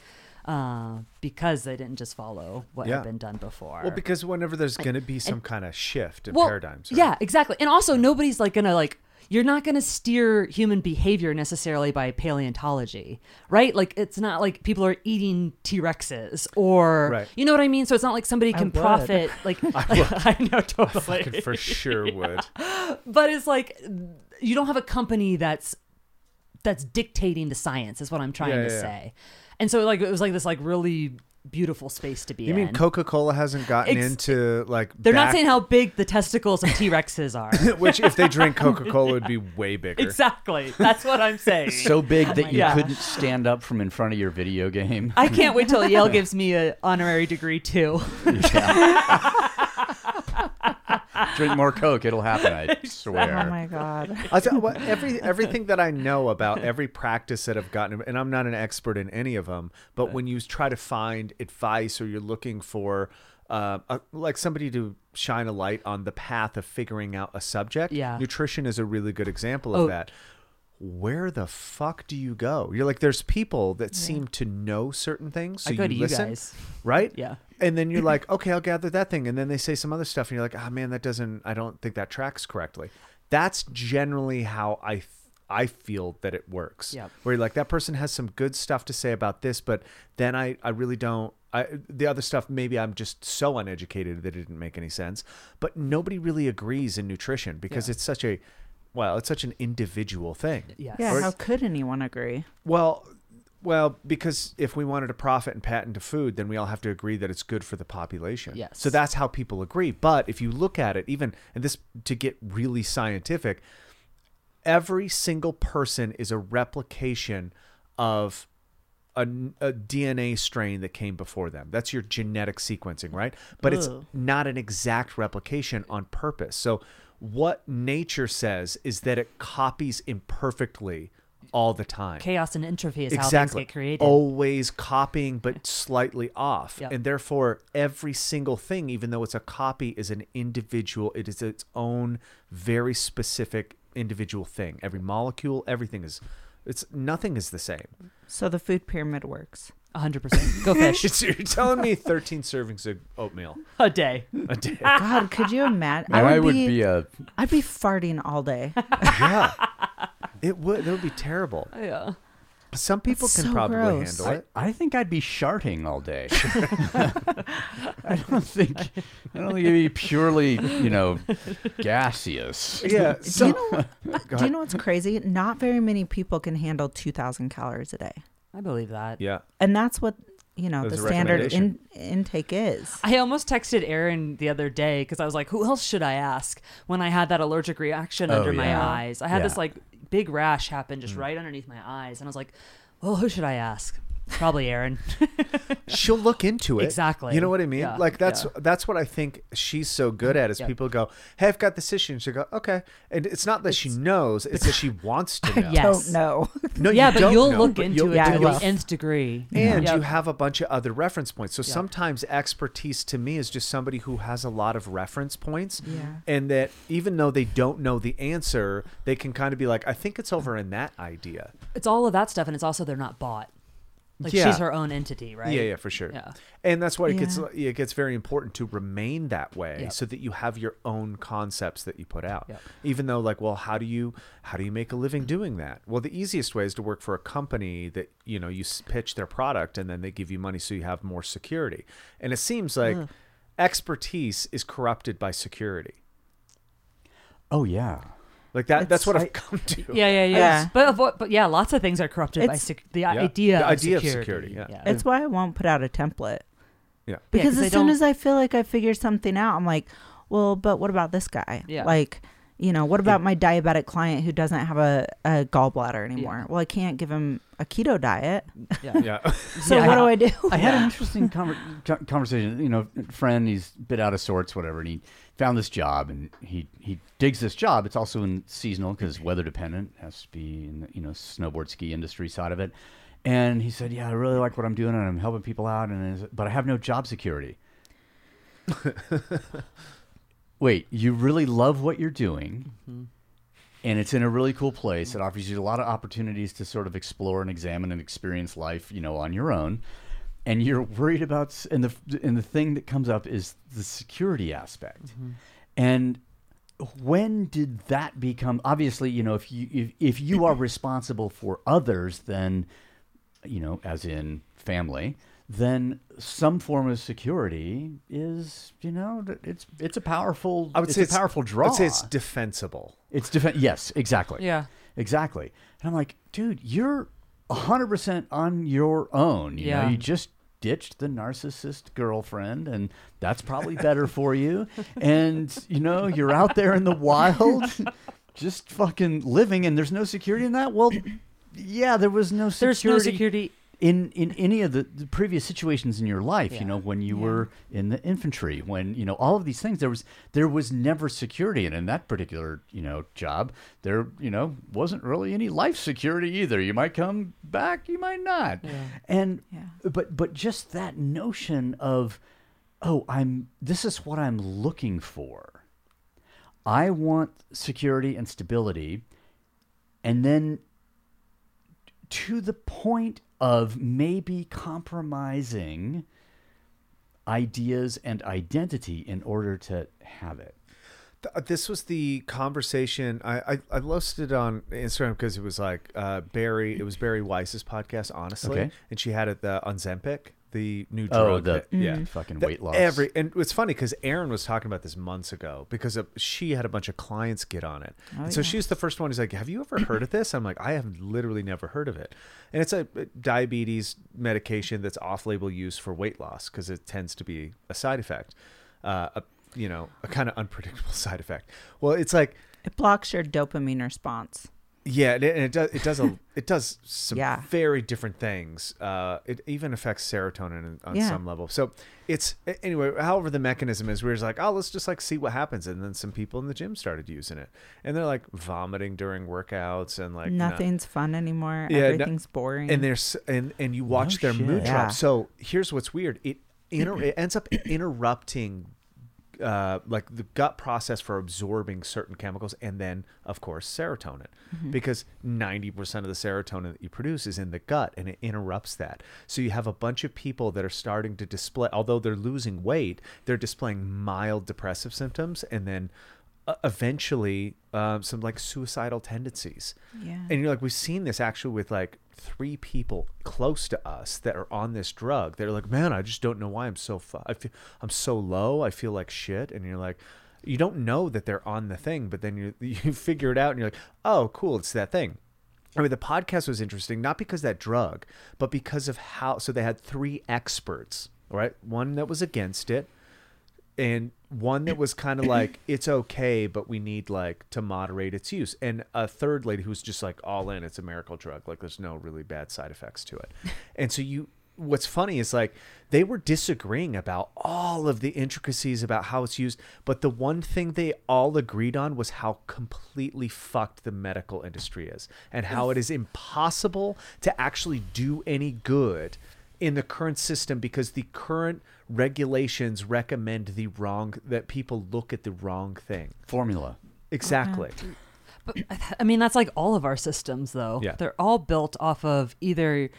[SPEAKER 7] uh, because they didn't just follow what
[SPEAKER 4] Yeah.
[SPEAKER 7] had been done before
[SPEAKER 4] Well, because whenever there's going to be some kind of shift in paradigms. right?
[SPEAKER 7] yeah, exactly. And also, nobody's like gonna like you're not gonna steer human behavior necessarily by paleontology, right? Like it's not like people are eating T Rexes or
[SPEAKER 4] Right.
[SPEAKER 7] you know what I mean. So it's not like somebody can
[SPEAKER 5] would.
[SPEAKER 7] profit. Like I, know totally,
[SPEAKER 4] Fucking for sure would.
[SPEAKER 7] but it's like you don't have a company that's that's dictating the science. Is what I'm trying
[SPEAKER 4] Yeah,
[SPEAKER 7] to
[SPEAKER 4] yeah, yeah.
[SPEAKER 7] say. And so like it was like this like really beautiful space to be
[SPEAKER 4] You
[SPEAKER 7] in.
[SPEAKER 4] mean Coca Cola hasn't gotten
[SPEAKER 7] Ex-
[SPEAKER 4] into like?
[SPEAKER 7] They're not
[SPEAKER 4] back-
[SPEAKER 7] saying how big the testicles of T Rexes are.
[SPEAKER 4] Which, if they drink Coca Cola, would be way bigger.
[SPEAKER 7] Exactly. That's what I'm saying.
[SPEAKER 6] so big that you
[SPEAKER 7] Yeah.
[SPEAKER 6] couldn't stand up from in front of your video game.
[SPEAKER 7] I can't wait till Yale gives me an honorary degree too.
[SPEAKER 6] Drink more Coke, it'll happen. I swear.
[SPEAKER 5] Oh my god.
[SPEAKER 4] I tell you what, every everything that I know about every practice that I've gotten, and I'm not an expert in any of them, but when you try to find advice or you're looking for, uh, a, like somebody to shine a light on the path of figuring out a subject,
[SPEAKER 7] Yeah.
[SPEAKER 4] nutrition is a really good example of
[SPEAKER 7] Oh.
[SPEAKER 4] that. Where the fuck do you go? You're like, there's people that seem to know certain things, so
[SPEAKER 7] I go
[SPEAKER 4] you
[SPEAKER 7] to you
[SPEAKER 4] listen,
[SPEAKER 7] guys.
[SPEAKER 4] right?
[SPEAKER 7] Yeah.
[SPEAKER 4] And then you're like, okay, I'll gather that thing. And then they say some other stuff, and you're like, ah, man, that doesn't. I don't think that tracks correctly. That's generally how I th- I feel that it works.
[SPEAKER 7] Yep.
[SPEAKER 4] Where you're like, that person has some good stuff to say about this, but then I I really don't. I, the other stuff, maybe I'm just so uneducated that it didn't make any sense. But nobody really agrees in nutrition because it's such a, well, it's such an individual thing.
[SPEAKER 7] Yes.
[SPEAKER 5] Yeah, how could anyone agree?
[SPEAKER 4] Well, well, because if we wanted to profit and patent a food, then we all have to agree that it's good for the population.
[SPEAKER 7] Yes.
[SPEAKER 4] So that's how people agree. But if you look at it, even and this to get really scientific, every single person is a replication of a, a DNA strain that came before them. That's your genetic sequencing, right? But it's
[SPEAKER 5] Ugh.
[SPEAKER 4] not an exact replication on purpose. So what nature says is that it copies imperfectly all the time
[SPEAKER 7] Chaos and entropy is how things
[SPEAKER 4] exactly Oh.
[SPEAKER 7] get created.
[SPEAKER 4] always copying but slightly off
[SPEAKER 7] Yep.
[SPEAKER 4] and therefore every single thing even though it's a copy is an individual it is its own very specific individual thing every molecule everything is it's nothing is the same
[SPEAKER 5] So the food pyramid works.
[SPEAKER 7] 100%. Go fish
[SPEAKER 4] It's- you're telling me 13 servings of oatmeal
[SPEAKER 7] a day.
[SPEAKER 4] a day
[SPEAKER 5] God, could you imagine?
[SPEAKER 6] Man, I would be, a
[SPEAKER 5] I'd be farting all day.
[SPEAKER 4] yeah it would that would be terrible
[SPEAKER 7] Yeah.
[SPEAKER 4] some people
[SPEAKER 5] That's
[SPEAKER 4] can
[SPEAKER 5] so
[SPEAKER 4] probably
[SPEAKER 5] gross.
[SPEAKER 4] handle
[SPEAKER 6] I,
[SPEAKER 4] it
[SPEAKER 6] I think I'd be sharting all day. I don't think I don't think it'd be purely, you know, gaseous.
[SPEAKER 4] yeah
[SPEAKER 5] Do you
[SPEAKER 4] so
[SPEAKER 5] know? do you know what's crazy? Not very many people can handle two thousand calories a day,
[SPEAKER 7] I believe that.
[SPEAKER 4] yeah
[SPEAKER 5] and that's what you know
[SPEAKER 4] That
[SPEAKER 5] the
[SPEAKER 4] was a
[SPEAKER 5] standard in,
[SPEAKER 4] recommendation.
[SPEAKER 5] intake is.
[SPEAKER 7] I almost texted Aaron the other day because I was like, who else should I ask when I had that allergic reaction
[SPEAKER 6] Oh,
[SPEAKER 7] under my
[SPEAKER 6] yeah.
[SPEAKER 7] eyes? I had
[SPEAKER 6] Yeah.
[SPEAKER 7] this like big rash happen
[SPEAKER 4] Mm.
[SPEAKER 7] just right underneath my eyes. And I was like, well, who should I ask? Probably Aaron.
[SPEAKER 4] she'll look into it.
[SPEAKER 7] Exactly.
[SPEAKER 4] You know what I mean?
[SPEAKER 7] Yeah,
[SPEAKER 4] Like that's
[SPEAKER 7] yeah.
[SPEAKER 4] that's what I think she's so good at is
[SPEAKER 7] Yeah.
[SPEAKER 4] people go, Hey, I've got this issue and she'll go, Okay. And it's not that she knows, it's that she wants to know.
[SPEAKER 7] Yeah.
[SPEAKER 5] Don't know.
[SPEAKER 4] No,
[SPEAKER 7] yeah,
[SPEAKER 4] you
[SPEAKER 7] but
[SPEAKER 4] don't
[SPEAKER 7] you'll
[SPEAKER 4] know,
[SPEAKER 7] look
[SPEAKER 4] but
[SPEAKER 7] into
[SPEAKER 4] you'll-
[SPEAKER 7] it
[SPEAKER 5] Yeah, I
[SPEAKER 7] to
[SPEAKER 5] will.
[SPEAKER 7] the nth degree.
[SPEAKER 4] and
[SPEAKER 7] Yep.
[SPEAKER 4] you have a bunch of other reference points. So sometimes expertise to me is just somebody who has a lot of reference points.
[SPEAKER 5] Yeah.
[SPEAKER 4] And that even though they don't know the answer, they can kind of be like, I think it's over in that idea.
[SPEAKER 7] it's all of that stuff and it's also they're not bought Like
[SPEAKER 4] Yeah.
[SPEAKER 7] she's her own entity, right?
[SPEAKER 4] Yeah, yeah, for sure.
[SPEAKER 7] Yeah.
[SPEAKER 4] And that's why it gets
[SPEAKER 5] Yeah.
[SPEAKER 4] it gets very important to remain that way
[SPEAKER 7] Yep.
[SPEAKER 4] so that you have your own concepts that you put out.
[SPEAKER 7] Yep.
[SPEAKER 4] Even though like, well, how do you how do you make a living doing that? Well, the easiest way is to work for a company that, you know, you s- pitch their product and then they give you money so you have more security. And it seems like expertise is corrupted by security.
[SPEAKER 6] Oh yeah.
[SPEAKER 4] Like that that's what I've
[SPEAKER 6] like-
[SPEAKER 4] come to.
[SPEAKER 7] Yeah, yeah, yeah.
[SPEAKER 5] Yeah.
[SPEAKER 7] But avoid, but yeah, lots of things are corrupted by
[SPEAKER 5] It's-
[SPEAKER 7] sec- the
[SPEAKER 4] Yeah.
[SPEAKER 7] idea.
[SPEAKER 4] The
[SPEAKER 7] of
[SPEAKER 4] idea of
[SPEAKER 7] security.
[SPEAKER 4] security, yeah.
[SPEAKER 5] It's why I won't put out a template.
[SPEAKER 4] Yeah.
[SPEAKER 7] Yeah, 'cause
[SPEAKER 5] Because
[SPEAKER 7] they
[SPEAKER 5] as soon
[SPEAKER 7] don't-
[SPEAKER 5] as I feel like I figured something out, I'm like, well, but what about this guy?
[SPEAKER 7] Yeah.
[SPEAKER 5] Like, you know, what about my diabetic client who doesn't have a, a gallbladder anymore? Well, I can't give him a keto diet.
[SPEAKER 7] yeah.
[SPEAKER 4] Yeah.
[SPEAKER 5] So
[SPEAKER 7] Yeah.
[SPEAKER 5] what do I do?
[SPEAKER 6] I had an interesting conver- co- conversation. You know, friend, he's a bit out of sorts, whatever, and he found this job, and he he digs this job. It's also in seasonal because weather dependent has to be in the you know snowboard ski industry side of it. And he said, "Yeah, I really like what I'm doing, and I'm helping people out, and but I have no job security." Wait, you really love what you're doing, and it's in a really cool place. It offers you a lot of opportunities to sort of explore and examine and experience life, you know, on your own. And you're worried about, s- and the and the thing that comes up is the security aspect.
[SPEAKER 4] Mm-hmm.
[SPEAKER 6] And when did that become? Obviously, you know, if you if, if you are responsible for others, then you know, as in family, then some form of security is, you know, th- it's it's a powerful.
[SPEAKER 4] I would
[SPEAKER 6] it's
[SPEAKER 4] say
[SPEAKER 6] a powerful draw.
[SPEAKER 4] I would say it's defensible.
[SPEAKER 6] It's different. Yes, exactly.
[SPEAKER 7] Yeah.
[SPEAKER 6] exactly. And I'm like, dude, you're 100 percent on your own. You
[SPEAKER 7] Yeah.
[SPEAKER 6] know, you just ditched the narcissist girlfriend, and that's probably better for you. And you know, you're out there in the wild, just fucking living, and there's no security in that. Well, yeah, there was no security
[SPEAKER 7] There's no security.
[SPEAKER 6] in in any of the, the previous situations in your life
[SPEAKER 7] Yeah.
[SPEAKER 6] you know when you were in the infantry when you know all of these things there was there was never security and in that particular you know job there you know wasn't really any life security either you might come back you might not and but but just that notion of oh i'm this is what i'm looking for i want security and stability and then to the point of maybe compromising ideas and identity in order to have it.
[SPEAKER 4] Th- uh, this was the conversation I, I I listed on Instagram because it was like uh, Barry. It was Barry Weiss's podcast, honestly,
[SPEAKER 6] Okay.
[SPEAKER 4] and she had it the on Zempic, the new drug.
[SPEAKER 6] Oh, the
[SPEAKER 4] that- yeah.
[SPEAKER 6] fucking
[SPEAKER 4] that
[SPEAKER 6] weight loss.
[SPEAKER 4] Every and it's funny because Aaron was talking about this months ago because of, she had a bunch of clients get on it, and so
[SPEAKER 5] yeah.
[SPEAKER 4] she was the first one. who's like, "Have you ever heard of this?" I'm like, "I have literally never heard of it," and it's a uh, diabetes medication that's off-label use for weight loss because it tends to be a side effect, uh, a you know, a kind of unpredictable side effect. Well, it's like.
[SPEAKER 5] It blocks your dopamine response.
[SPEAKER 4] Yeah, and it, and it does. It does. A, it does some
[SPEAKER 5] Yeah.
[SPEAKER 4] very different things. Uh, it even affects serotonin on
[SPEAKER 5] Yeah.
[SPEAKER 4] some level. So it's a- anyway. However, the mechanism is we're just like, oh, let's just like see what happens. And then some people in the gym started using it, and they're like vomiting during workouts and like not-
[SPEAKER 5] Nothing's fun anymore.
[SPEAKER 4] Yeah, no-
[SPEAKER 5] Everything's boring.
[SPEAKER 4] and there's and and you watch
[SPEAKER 6] No
[SPEAKER 4] their mood
[SPEAKER 6] shit.
[SPEAKER 4] drop.
[SPEAKER 5] Yeah.
[SPEAKER 4] So here's what's weird: it inter- it ends up interrupting, uh, like the gut process for absorbing certain chemicals, and then of course serotonin,
[SPEAKER 5] Mm-hmm.
[SPEAKER 4] because ninety percent of the serotonin that you produce is in the gut, and it interrupts that. So you have a bunch of people that are starting to display, although they're losing weight, they're displaying mild depressive symptoms, and then. uh, Eventually, um, some like suicidal tendencies,
[SPEAKER 5] Yeah.
[SPEAKER 4] and you're like, we've seen this actually with like three people close to us that are on this drug. They're like, man, I just don't know why I'm so fu- I feel, I'm so low. I feel like shit. And you're like, you don't know that they're on the thing, but then you you figure it out, and you're like, oh, cool, it's that thing. I mean, the podcast was interesting, not because of that drug, but because of how. So they had three experts, right? One that was against it, and one that was kind of like it's okay but we need like to moderate its use and a third lady who's just like all in it's a miracle drug like there's no really bad side effects to it and so you what's funny is like they were disagreeing about all of the intricacies about how it's used but the one thing they all agreed on was how completely fucked the medical industry is and how it is impossible to actually do any good in the current system because the current regulations recommend the wrong that people look at the wrong thing.
[SPEAKER 6] Formula.
[SPEAKER 4] Exactly.
[SPEAKER 7] But I mean, that's like all of our systems, though.
[SPEAKER 4] Yeah.
[SPEAKER 7] They're all built off of either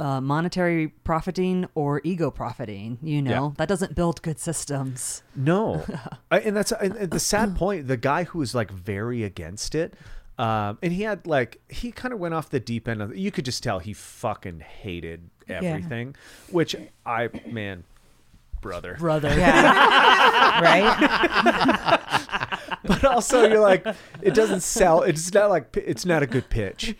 [SPEAKER 7] uh, monetary profiting or ego profiting. You know,
[SPEAKER 4] Yeah.
[SPEAKER 7] that doesn't build good systems.
[SPEAKER 4] No, I, and that's and, and the sad point. The guy who was like very against it, um, and he had like he kind of went off the deep end. Of, you could just tell he fucking hated everything. Which I man, brother,
[SPEAKER 7] Brother.
[SPEAKER 5] Yeah. right?
[SPEAKER 4] but also you're like it doesn't sell. It's not like it's not a good pitch.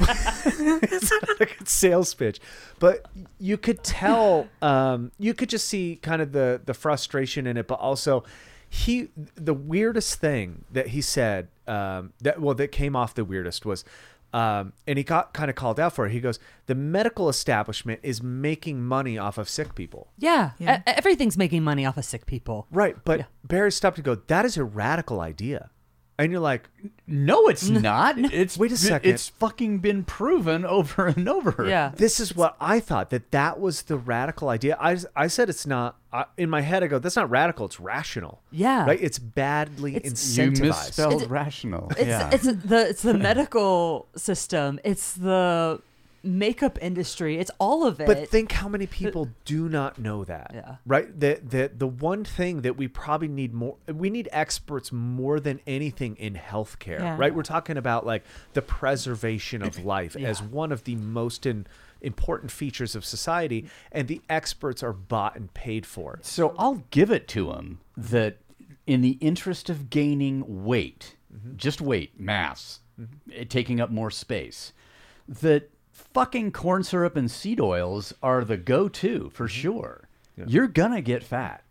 [SPEAKER 4] it's not a good sales pitch. But you could tell, um, you could just see kind of the the frustration in it, but also he the weirdest thing that he said um, that well that came off the weirdest was. Um, and he got kind of called out for it. He goes, "The medical establishment is making money off of sick people."
[SPEAKER 7] Yeah.
[SPEAKER 5] Yeah.
[SPEAKER 7] E- everything's making money off of sick people.
[SPEAKER 4] Right, but Barry stopped to go, "That is a radical idea," and you're like,
[SPEAKER 6] No, it's not. It's
[SPEAKER 4] Wait a
[SPEAKER 6] it-
[SPEAKER 4] second.
[SPEAKER 6] It's fucking been proven over and over.
[SPEAKER 7] Yeah.
[SPEAKER 4] this is what I thought that that was the radical idea. I, I said it's not I, in my head. I go, that's not radical. It's rational.
[SPEAKER 7] Yeah.
[SPEAKER 4] right. It's badly
[SPEAKER 7] It's-
[SPEAKER 6] You
[SPEAKER 4] incentivized.
[SPEAKER 6] misspelled
[SPEAKER 7] It's-
[SPEAKER 6] rational.
[SPEAKER 7] It's
[SPEAKER 6] yeah.
[SPEAKER 7] it's the it's the medical system. It's the makeup industry. It's all of it.
[SPEAKER 4] But think how many people do not know that.
[SPEAKER 7] Yeah.
[SPEAKER 4] Right? That that the one thing that we probably need more we need experts more than anything in healthcare.
[SPEAKER 5] Yeah.
[SPEAKER 4] Right? We're talking about like the preservation of life as one of the most in, important features of society and the experts are bought and paid for.
[SPEAKER 6] So I'll give it to him that in the interest of gaining weight,
[SPEAKER 4] Mm-hmm.
[SPEAKER 6] just weight, mass, it taking up more space, that fucking corn syrup and seed oils are the go to
[SPEAKER 4] Mm-hmm.
[SPEAKER 6] for sure. You're gonna get fat.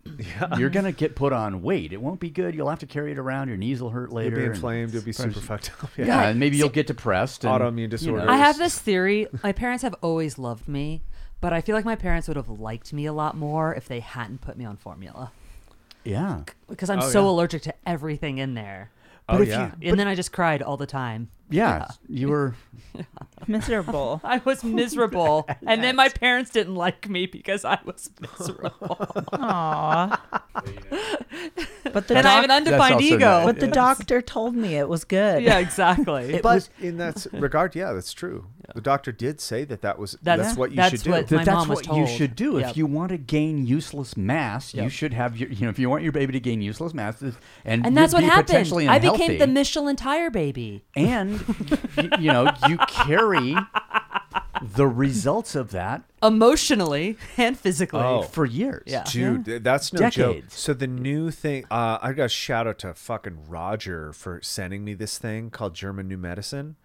[SPEAKER 6] You're gonna get put on weight. It won't be good. You'll have to carry it around. Your knees will hurt later.
[SPEAKER 4] You'll be
[SPEAKER 6] and-
[SPEAKER 4] inflamed, you'll be super fucked up.
[SPEAKER 6] Yeah, and maybe you'll get depressed. And,
[SPEAKER 4] Autoimmune
[SPEAKER 6] you know,
[SPEAKER 4] disorders.
[SPEAKER 7] I have this theory. My parents have always loved me, but I feel like my parents would have liked me a lot more if they hadn't put me on formula
[SPEAKER 6] Oh, yeah,
[SPEAKER 7] because I'm so
[SPEAKER 4] yeah.
[SPEAKER 7] allergic to everything in there.
[SPEAKER 4] Oh,
[SPEAKER 6] But if
[SPEAKER 4] yeah.
[SPEAKER 7] and then I just cried all the time.
[SPEAKER 6] yeah. You were
[SPEAKER 5] Miserable.
[SPEAKER 7] I was miserable, and then my parents didn't like me because I was miserable.
[SPEAKER 5] Aw. But the
[SPEAKER 7] and I have an
[SPEAKER 5] doc-
[SPEAKER 7] undefined
[SPEAKER 6] also
[SPEAKER 7] ego.
[SPEAKER 6] nice.
[SPEAKER 5] but the doctor told me it was good.
[SPEAKER 7] yeah, exactly.
[SPEAKER 4] but in that s- regard, yeah, that's true. The doctor did say that that was that's,
[SPEAKER 7] That's-
[SPEAKER 4] what you
[SPEAKER 7] that's
[SPEAKER 4] should do.
[SPEAKER 7] what-
[SPEAKER 6] that
[SPEAKER 7] My
[SPEAKER 6] that's
[SPEAKER 7] mom was
[SPEAKER 6] what you
[SPEAKER 7] told.
[SPEAKER 6] should do if
[SPEAKER 7] Yep.
[SPEAKER 6] you want to gain useless mass you
[SPEAKER 7] Yep.
[SPEAKER 6] should have your you know if you want your baby to gain useless mass this- and
[SPEAKER 7] and that's
[SPEAKER 6] be
[SPEAKER 7] what happened.
[SPEAKER 6] potentially
[SPEAKER 7] I became
[SPEAKER 6] unhealthy,
[SPEAKER 7] the Michelin tire baby.
[SPEAKER 6] and y- you know you carry the results of that
[SPEAKER 7] emotionally and physically.
[SPEAKER 4] Oh.
[SPEAKER 6] for years
[SPEAKER 7] uh, Yeah.
[SPEAKER 4] Dude, th- that's no joke.
[SPEAKER 6] Decades.
[SPEAKER 4] So the new thing, uh, I got a shout out to fucking Roger for sending me this thing called German New Medicine.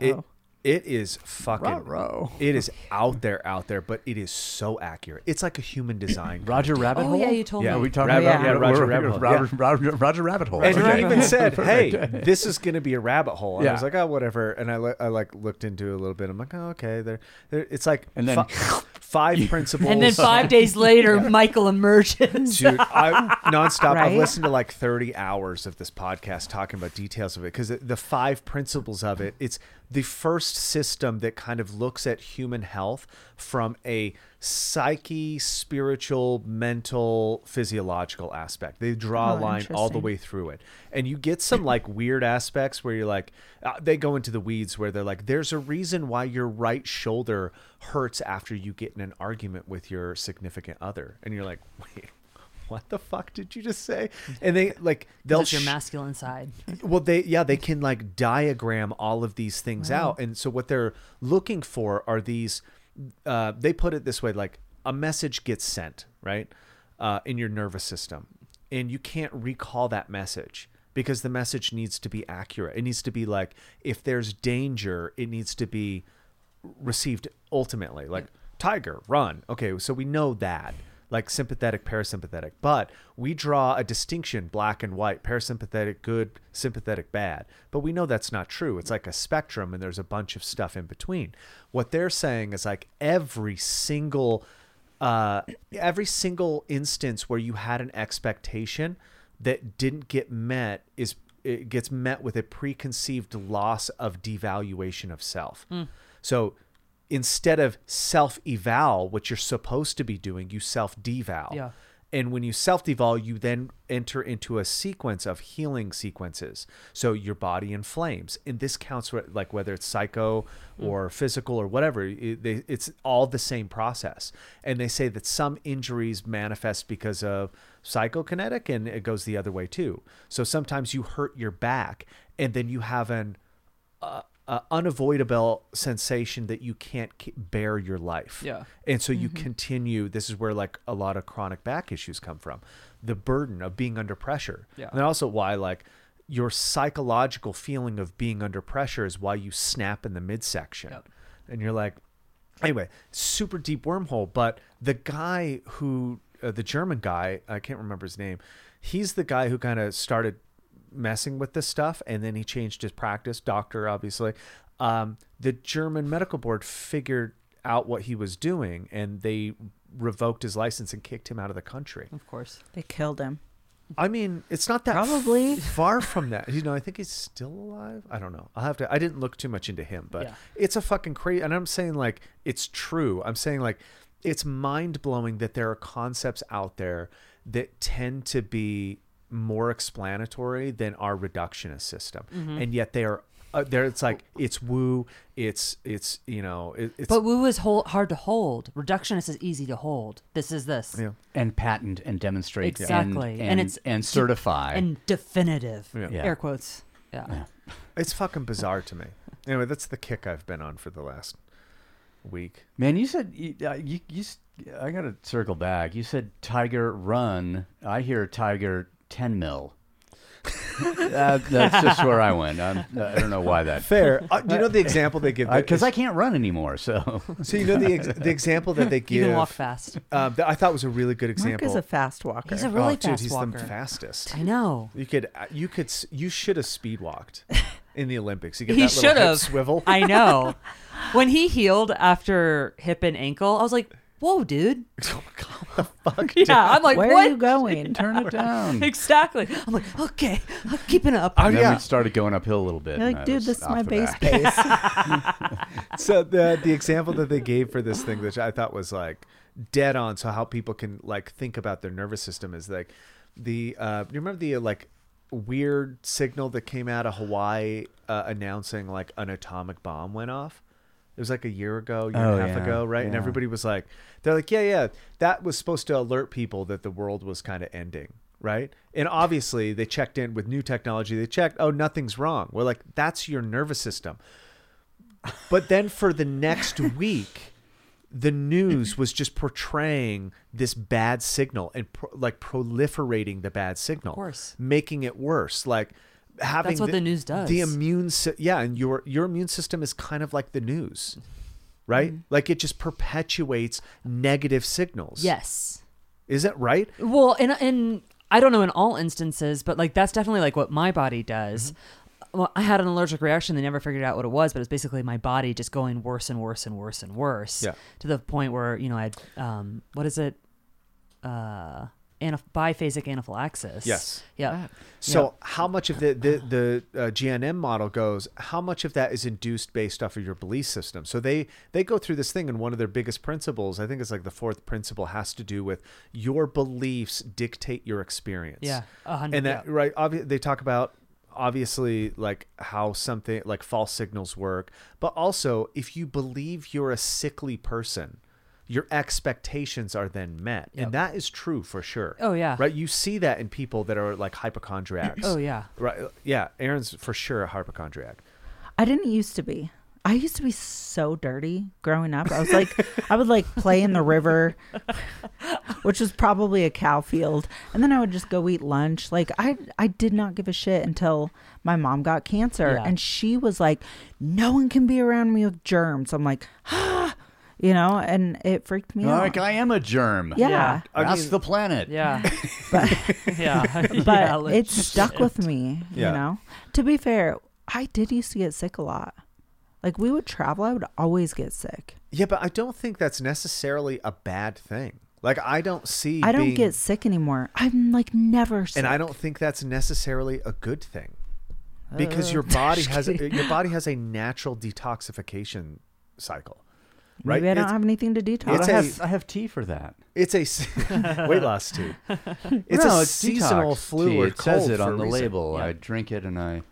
[SPEAKER 4] It it is fucking
[SPEAKER 6] Ruh-roh.
[SPEAKER 4] it is out there, out there, but it is so accurate. It's like a human design.
[SPEAKER 6] Roger Rabbit
[SPEAKER 7] Oh,
[SPEAKER 6] Hole
[SPEAKER 7] yeah, you told
[SPEAKER 4] Yeah,
[SPEAKER 7] me.
[SPEAKER 6] are we talking
[SPEAKER 4] Rabbit-
[SPEAKER 6] about
[SPEAKER 4] yeah, Roger
[SPEAKER 6] we're-
[SPEAKER 4] Rabbit Hole,
[SPEAKER 6] Roger,
[SPEAKER 4] yeah.
[SPEAKER 6] Roger, Roger Rabbit Hole
[SPEAKER 4] And
[SPEAKER 6] Okay.
[SPEAKER 4] he even said, "Hey, this is going to be a rabbit hole." And
[SPEAKER 6] Yeah.
[SPEAKER 4] I was like, "Oh, whatever." And I, li- I like looked into it a little bit. I'm like, "Oh, okay." There, there. It's like
[SPEAKER 6] And then-
[SPEAKER 4] fi- five principles.
[SPEAKER 7] and then five days later, Michael emerges.
[SPEAKER 4] Dude, I nonstop. I've
[SPEAKER 5] Right?
[SPEAKER 4] listened to like 30 hours of this podcast talking about details of it because the five principles of it. It's the first system that kind of looks at human health from a psyche, spiritual, mental, physiological aspect. They draw a
[SPEAKER 5] Oh,
[SPEAKER 4] line all the
[SPEAKER 5] interesting.
[SPEAKER 4] way through it, and you get some like weird aspects where you're like, uh, they go into the weeds where they're like, there's a reason why your right shoulder hurts after you get in an argument with your significant other, and you're like, wait what the fuck did you just say? And they like they'll
[SPEAKER 7] That's your
[SPEAKER 4] sh-
[SPEAKER 7] masculine side.
[SPEAKER 4] well they yeah they can like diagram all of these things out, and so what they're looking for are these. Uh, they put it this way: like a message gets sent right uh, in your nervous system, and you can't recall that message because the message needs to be accurate. It needs to be like if there's danger, it needs to be received ultimately like tiger run okay so we know that like sympathetic parasympathetic but we draw a distinction black and white parasympathetic good sympathetic bad but we know that's not true it's like a spectrum and there's a bunch of stuff in between what they're saying is like every single uh every single instance where you had an expectation that didn't get met is it gets met with a preconceived loss of devaluation of self. So instead of self eval, which you're supposed to be doing, you self deval.
[SPEAKER 7] Yeah.
[SPEAKER 4] and when you self devolve, you then enter into a sequence of healing sequences. So your body inflames, and this counts for, like whether it's psycho or physical or whatever. It, they, it's all the same process. And they say that some injuries manifest because of psychokinetic, and it goes the other way too. So sometimes you hurt your back, and then you have an uh, uh, unavoidable sensation that you can't k- bear your life.
[SPEAKER 7] Yeah. Mm-hmm.
[SPEAKER 4] And so you continue. This is where like a lot of chronic back issues come from, the burden of being under pressure.
[SPEAKER 7] Yeah.
[SPEAKER 4] And also why like your psychological feeling of being under pressure is why you snap in the midsection,
[SPEAKER 7] Yep.
[SPEAKER 4] and you're like, anyway, super deep wormhole. But the guy who, uh, the German guy, I can't remember his name. He's the guy who kind of started messing with this stuff, and then he changed his practice. Doctor, obviously. Um, the German medical board figured out what he was doing, and they revoked his license and kicked him out of the country.
[SPEAKER 7] Of course.
[SPEAKER 5] They killed him.
[SPEAKER 4] I mean, it's not that f-
[SPEAKER 5] Probably.
[SPEAKER 4] far from that. You know, I think he's still alive. I don't know. I'll have to. I didn't look too much into him, but
[SPEAKER 7] Yeah.
[SPEAKER 4] it's a fucking crazy. And I'm saying like it's true. I'm saying like it's mind blowing that there are concepts out there that tend to be more explanatory than our reductionist system,
[SPEAKER 7] Mm-hmm.
[SPEAKER 4] and yet they are. Uh, there, it's like it's woo. It's it's you know it, it's
[SPEAKER 7] But woo is hol- hard to hold. Reductionist is easy to hold. This is this.
[SPEAKER 4] Yeah.
[SPEAKER 6] and patent and demonstrate and-
[SPEAKER 7] Exactly.
[SPEAKER 6] and,
[SPEAKER 7] And it's-
[SPEAKER 6] and certify
[SPEAKER 7] And definitive.
[SPEAKER 6] Yeah.
[SPEAKER 7] Air quotes. Yeah.
[SPEAKER 4] it's fucking bizarre to me. Anyway, that's the kick I've been on for the last week.
[SPEAKER 6] Man, you said you, uh, you, you. s- I gotta circle back. You said Tiger run. I hear Tiger ten mil. that, that's just where I went. I'm, I don't know why that.
[SPEAKER 4] Fair. Uh, do you know the example they give? that
[SPEAKER 6] Because
[SPEAKER 4] is-
[SPEAKER 6] I can't run anymore. So
[SPEAKER 4] So you know the ex- the example that they give.
[SPEAKER 7] You can walk fast.
[SPEAKER 4] uh, that I thought was a really good
[SPEAKER 5] Mark
[SPEAKER 4] example.
[SPEAKER 5] is a fast walker.
[SPEAKER 7] He's a really
[SPEAKER 4] oh, dude,
[SPEAKER 7] fast
[SPEAKER 4] he's
[SPEAKER 7] walker.
[SPEAKER 4] the fastest.
[SPEAKER 7] I know.
[SPEAKER 4] You could uh, you could s- you should have speed walked in the Olympics. You get
[SPEAKER 7] He
[SPEAKER 4] that little
[SPEAKER 7] should
[SPEAKER 4] hip
[SPEAKER 7] have.
[SPEAKER 4] swivel.
[SPEAKER 7] I know. When he healed after hip and ankle, I was like, "Whoa, dude!"
[SPEAKER 4] Oh my God, what the fuck?
[SPEAKER 7] Yeah, I'm like,
[SPEAKER 5] Where
[SPEAKER 7] "What?"
[SPEAKER 5] are you going?
[SPEAKER 6] turn it down.
[SPEAKER 7] Exactly. I'm like, "Okay, I'm keeping up."
[SPEAKER 4] Oh,
[SPEAKER 6] And then
[SPEAKER 4] yeah.
[SPEAKER 6] we started going uphill a little bit.
[SPEAKER 5] You're
[SPEAKER 6] and
[SPEAKER 5] like,
[SPEAKER 6] I
[SPEAKER 5] dude,
[SPEAKER 6] was
[SPEAKER 5] this is
[SPEAKER 6] off
[SPEAKER 5] my
[SPEAKER 6] the
[SPEAKER 5] base
[SPEAKER 6] back.
[SPEAKER 5] pace.
[SPEAKER 4] so the the example that they gave for this thing, which I thought was like dead on, so how people can like think about their nervous system is like the uh, you remember the uh, like weird signal that came out of Hawaii uh, announcing like an atomic bomb went off. It was like a year ago, year
[SPEAKER 6] Oh,
[SPEAKER 4] and a half
[SPEAKER 6] yeah,
[SPEAKER 4] ago, right? And
[SPEAKER 6] yeah.
[SPEAKER 4] everybody was like, they're like, yeah, yeah, that was supposed to alert people that the world was kind of ending, right? And obviously, they checked in with new technology. They checked, oh, nothing's wrong. We're like, that's your nervous system. But then for the next week, the news was just portraying this bad signal and pro- like proliferating the bad signal, of
[SPEAKER 7] course.
[SPEAKER 4] making it worse. Like having
[SPEAKER 7] what the news does.
[SPEAKER 4] The immune, sy- yeah, and your your immune system is kind of like the news, right?
[SPEAKER 7] Mm-hmm.
[SPEAKER 4] Like it just perpetuates negative signals.
[SPEAKER 7] Yes.
[SPEAKER 4] is that right?
[SPEAKER 7] Well, and and I don't know in all instances, but like that's definitely like what my body does.
[SPEAKER 4] Mm-hmm.
[SPEAKER 7] Well, I had an allergic reaction. They never figured out what it was, but it's basically my body just going worse and worse and worse and worse.
[SPEAKER 4] Yeah.
[SPEAKER 7] To the point where you know I had um what is it, uh, anaph- biphasic anaphylaxis.
[SPEAKER 4] Yes.
[SPEAKER 7] Yeah.
[SPEAKER 4] So how much of the the the uh, GNM model goes? How much of that is induced based off of your belief system? So they they go through this thing, and one of their biggest principles, I think it's like the fourth principle, has to do with your beliefs dictate your experience.
[SPEAKER 7] Yeah, a hundred-
[SPEAKER 4] and that
[SPEAKER 7] yeah.
[SPEAKER 4] right. Obvi- they talk about obviously like how something like false signals work, but also if you believe you're a sickly person. Your expectations are then met, and that is true for sure.
[SPEAKER 7] Oh, yeah.
[SPEAKER 4] right. You see that in people that are like hypochondriacs.
[SPEAKER 7] Oh, yeah.
[SPEAKER 4] Right. Yeah. Aaron's for sure a hypochondriac.
[SPEAKER 5] I didn't used to be. I used to be so dirty growing up. I was like, I would like play in the river, which was probably a cow field, and then I would just go eat lunch. Like I, I did not give a shit until my mom got cancer,
[SPEAKER 7] Yeah.
[SPEAKER 5] and she was like, "No one can be around me with germs." I'm like, ah, you know, and it freaked
[SPEAKER 7] Oh
[SPEAKER 5] me out.
[SPEAKER 6] Like I am a germ.
[SPEAKER 5] yeah,
[SPEAKER 7] Yeah.
[SPEAKER 4] I
[SPEAKER 6] that's
[SPEAKER 4] mean-
[SPEAKER 6] the planet.
[SPEAKER 7] Yeah. yeah.
[SPEAKER 5] but
[SPEAKER 7] yeah,
[SPEAKER 5] it
[SPEAKER 7] legit.
[SPEAKER 5] stuck with me.
[SPEAKER 4] Yeah.
[SPEAKER 5] You know, to be fair, I did used to get sick a lot. Like we would travel, I would always get sick.
[SPEAKER 4] Yeah, but I don't think that's necessarily a bad thing. Like I don't see.
[SPEAKER 5] I don't
[SPEAKER 4] being-
[SPEAKER 5] get sick anymore. I'm like never sick.
[SPEAKER 4] and I don't think that's necessarily a good thing
[SPEAKER 5] Uh,
[SPEAKER 4] because your body has your body has a natural detoxification cycle. right?
[SPEAKER 5] Maybe I don't
[SPEAKER 4] It's-
[SPEAKER 5] have anything to detox.
[SPEAKER 4] It's
[SPEAKER 6] I
[SPEAKER 4] a-
[SPEAKER 6] have, I have tea for that.
[SPEAKER 4] It's a s- weight loss tea. It's
[SPEAKER 6] no,
[SPEAKER 4] a
[SPEAKER 6] it's
[SPEAKER 4] seasonal
[SPEAKER 6] detox
[SPEAKER 4] flu
[SPEAKER 6] tea.
[SPEAKER 4] or
[SPEAKER 6] it says
[SPEAKER 4] cold
[SPEAKER 6] it
[SPEAKER 4] for
[SPEAKER 6] on
[SPEAKER 4] a
[SPEAKER 6] the
[SPEAKER 4] reason.
[SPEAKER 6] label.
[SPEAKER 4] Yeah.
[SPEAKER 6] I drink it and I,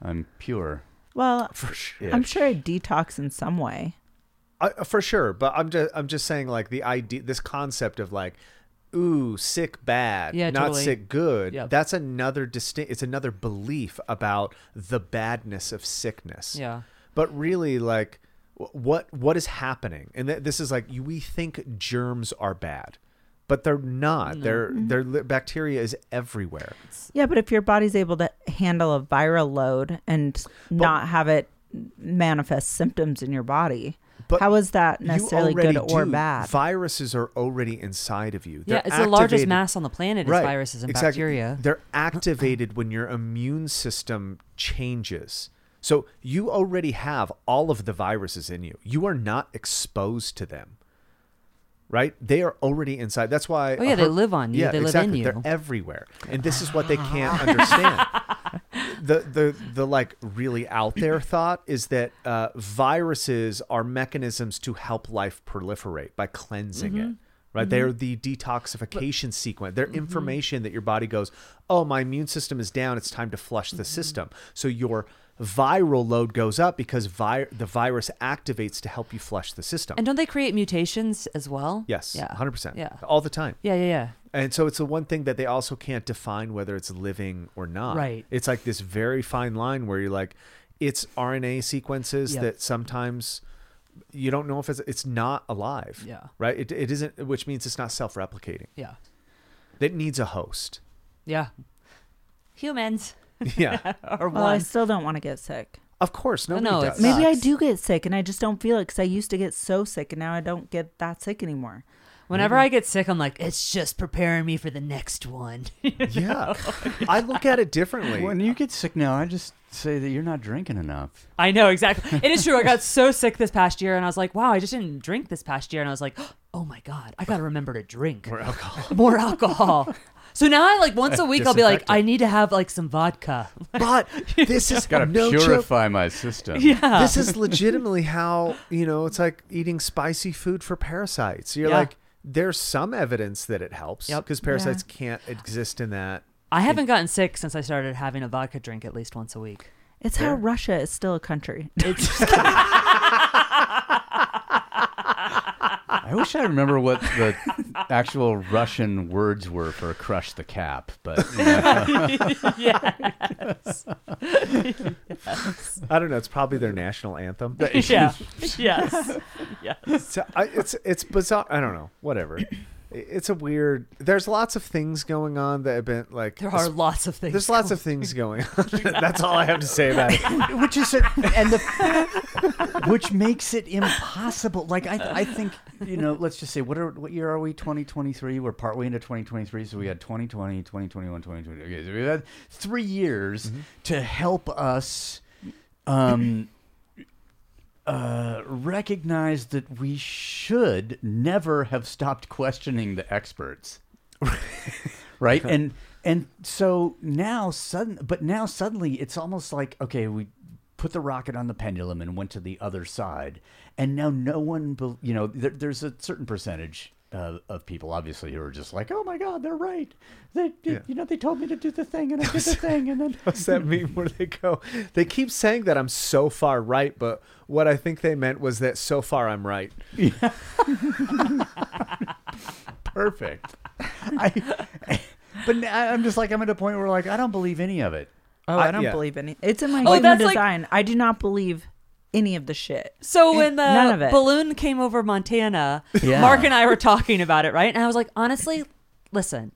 [SPEAKER 6] I'm pure.
[SPEAKER 5] well,
[SPEAKER 4] for sure.
[SPEAKER 5] I'm sure it detox in some way.
[SPEAKER 4] I, uh, for sure, but I'm just I'm just saying like the idea, this concept of like, ooh, sick bad,
[SPEAKER 7] Yeah,
[SPEAKER 4] not
[SPEAKER 7] totally.
[SPEAKER 4] sick good.
[SPEAKER 7] Yep.
[SPEAKER 4] That's another distinct. It's another belief about the badness of sickness.
[SPEAKER 7] Yeah.
[SPEAKER 4] But really, like, wh- what what is happening? And th- this is like you- we think germs are bad, but they're not. They're
[SPEAKER 5] Mm-hmm.
[SPEAKER 4] they're li- bacteria is everywhere.
[SPEAKER 5] Yeah, but if your body's able to handle a viral load and not have it manifest symptoms in your body,
[SPEAKER 4] But
[SPEAKER 5] how is that
[SPEAKER 4] You
[SPEAKER 5] necessarily good
[SPEAKER 4] already
[SPEAKER 5] or
[SPEAKER 4] do.
[SPEAKER 5] bad?
[SPEAKER 4] Viruses are already inside of you.
[SPEAKER 7] Yeah,
[SPEAKER 4] They're
[SPEAKER 7] it's the largest
[SPEAKER 4] activated-
[SPEAKER 7] mass on the planet is viruses and
[SPEAKER 4] exactly.
[SPEAKER 7] bacteria.
[SPEAKER 4] They're activated when your immune system changes. So you already have all of the viruses in you. You are not exposed to them. Right? They are already inside. That's why
[SPEAKER 7] Oh, yeah,
[SPEAKER 4] a
[SPEAKER 7] they live on you.
[SPEAKER 4] Yeah,
[SPEAKER 7] They live in
[SPEAKER 4] exactly.
[SPEAKER 7] you.
[SPEAKER 4] They're everywhere. And this is what they can't understand. the the the like really out there thought is that uh, viruses are mechanisms to help life proliferate by cleansing
[SPEAKER 7] Mm-hmm.
[SPEAKER 4] it. Right, they're the detoxification sequence. They're information that your body goes, "Oh, my immune system is down. It's time to flush the
[SPEAKER 7] Mm-hmm.
[SPEAKER 4] system." So your viral load goes up because vi- the virus activates to help you flush the system.
[SPEAKER 7] And don't they create mutations as well?
[SPEAKER 4] yes,
[SPEAKER 7] Yeah.
[SPEAKER 4] hundred percent,
[SPEAKER 7] Yeah.
[SPEAKER 4] all the time.
[SPEAKER 7] Yeah, yeah, yeah.
[SPEAKER 4] And so it's the one thing that they also can't define whether it's living or not.
[SPEAKER 7] Right.
[SPEAKER 4] It's like this very fine line where you're like, it's RNA sequences
[SPEAKER 7] Yep.
[SPEAKER 4] that sometimes you don't know if it's it's not alive.
[SPEAKER 7] Yeah.
[SPEAKER 4] Right. It, it isn't, which means it's not self replicating.
[SPEAKER 7] Yeah.
[SPEAKER 4] It needs a host.
[SPEAKER 7] Yeah. Humans
[SPEAKER 4] Yeah.
[SPEAKER 7] are
[SPEAKER 5] well, I
[SPEAKER 7] one.
[SPEAKER 5] still don't want to get sick.
[SPEAKER 4] of course.
[SPEAKER 7] No,
[SPEAKER 4] Nobody
[SPEAKER 7] no,
[SPEAKER 4] does.
[SPEAKER 7] it's not.
[SPEAKER 5] Maybe I
[SPEAKER 7] Sucks.
[SPEAKER 5] do get sick and I just don't feel it because I used to get so sick and now I don't get that sick anymore.
[SPEAKER 7] Whenever I get sick, I'm like, it's just preparing me for the next one.
[SPEAKER 4] yeah. I look at it differently.
[SPEAKER 6] When you get sick now, I just say that you're not drinking enough.
[SPEAKER 7] I know exactly. It is true. I got so sick this past year, and I was like, "Wow, I just didn't drink this past year." And I was like, "Oh my god, I gotta remember to drink more alcohol." more alcohol. So now I like once a week I'll be like,
[SPEAKER 4] Disinfectant.
[SPEAKER 7] "I need to have like some vodka."
[SPEAKER 4] but this is
[SPEAKER 6] Gotta
[SPEAKER 4] no joke.
[SPEAKER 6] purify my system.
[SPEAKER 7] Yeah.
[SPEAKER 4] this is legitimately how you know it's like eating spicy food for parasites you're
[SPEAKER 7] Yeah.
[SPEAKER 4] like there's some evidence that it helps
[SPEAKER 7] Yep.
[SPEAKER 4] because parasites can't exist in that
[SPEAKER 7] I haven't gotten sick since I started having a vodka drink at least once a week.
[SPEAKER 5] It's how Russia is still a country.
[SPEAKER 7] It's
[SPEAKER 6] I wish I remember what the actual Russian words were for crush the cap, but you know,
[SPEAKER 7] yeah,
[SPEAKER 4] i don't know it's probably their national anthem
[SPEAKER 7] yeah, yes, yes.
[SPEAKER 4] so I, it's it's bizarre i don't know whatever I- it's a weird there's lots of things going on that have been like
[SPEAKER 7] There are lots of things.
[SPEAKER 4] there's lots of things going on that's all i have to say about it
[SPEAKER 6] which is a, and the which makes it impossible. Like I, I think you know. Let's just say what are what year are we? Twenty twenty three. We're partway into twenty twenty three. So we had 2020, 2021, 2022. Okay, so we had three years to help us. Um, uh, recognize that we should never have stopped questioning the experts right and and so now sudden but now suddenly it's almost like okay we put the rocket on the pendulum and went to the other side and now no one bel you know there, there's a certain percentage uh, of people obviously who are just like oh my god they're right they, they-
[SPEAKER 4] Yeah.
[SPEAKER 6] you know they told me to do the thing and i did the thing and then
[SPEAKER 4] What's that meme where they go? They keep saying that I'm so far right, but what I think they meant was that so far I'm right.
[SPEAKER 6] perfect I, but now i'm just like i'm at a point where like i don't believe any of it
[SPEAKER 5] Oh,
[SPEAKER 4] I-
[SPEAKER 5] I, don't
[SPEAKER 4] yeah.
[SPEAKER 5] believe any. It's in my
[SPEAKER 7] Oh,
[SPEAKER 5] human
[SPEAKER 7] that's like-
[SPEAKER 5] design. I do not believe any of the shit.
[SPEAKER 7] So when the
[SPEAKER 5] Eh, none of it.
[SPEAKER 7] balloon came over Montana,
[SPEAKER 6] Yeah.
[SPEAKER 7] Mark and I were talking about it, right? And I was like, honestly, listen,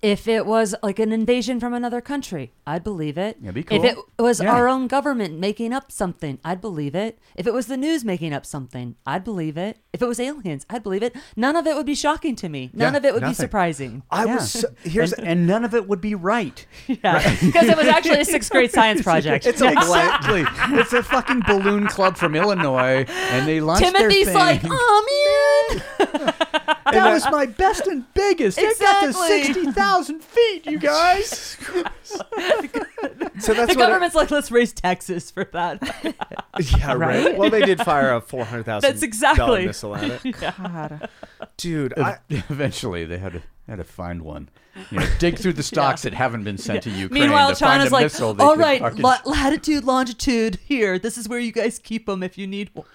[SPEAKER 7] if it was like an invasion from another country, I'd believe it.
[SPEAKER 6] Yeah, be
[SPEAKER 7] If it
[SPEAKER 6] cool.
[SPEAKER 7] was
[SPEAKER 6] Yeah.
[SPEAKER 7] our own government making up something, I'd believe it. If it was the news making up something, I'd believe it. If it was aliens, I'd believe it. None of it would be shocking to me. None
[SPEAKER 4] Yeah,
[SPEAKER 7] of it would be
[SPEAKER 4] nothing.
[SPEAKER 7] surprising.
[SPEAKER 4] I
[SPEAKER 6] Yeah.
[SPEAKER 4] was so, here's
[SPEAKER 6] and, and none of it would be right
[SPEAKER 7] Yeah. Because it was actually a sixth grade science project.
[SPEAKER 6] It's a exactly. it's a fucking balloon club from Illinois, and they launched
[SPEAKER 7] Timothy's
[SPEAKER 6] their thing.
[SPEAKER 7] like, oh man.
[SPEAKER 6] that was my best and biggest. It got to
[SPEAKER 7] Exactly.
[SPEAKER 6] sixty thousand feet, you guys.
[SPEAKER 4] So that's
[SPEAKER 7] the
[SPEAKER 4] what I-
[SPEAKER 7] government's like, let's raise taxes for that.
[SPEAKER 4] yeah, right?
[SPEAKER 5] Right?
[SPEAKER 4] Well, they did fire a four hundred thousand.
[SPEAKER 7] That's exactly-
[SPEAKER 4] missile at it,
[SPEAKER 5] God.
[SPEAKER 4] dude. I,
[SPEAKER 6] Eventually, they had to had to find one. You know, dig through the stocks that haven't been sent to Ukraine.
[SPEAKER 7] Meanwhile,
[SPEAKER 6] to find
[SPEAKER 7] China's
[SPEAKER 6] a
[SPEAKER 7] like,
[SPEAKER 6] missile they
[SPEAKER 7] all
[SPEAKER 6] could
[SPEAKER 7] right,
[SPEAKER 6] fucking-
[SPEAKER 7] la- latitude, longitude, here. This is where you guys keep them if you need one.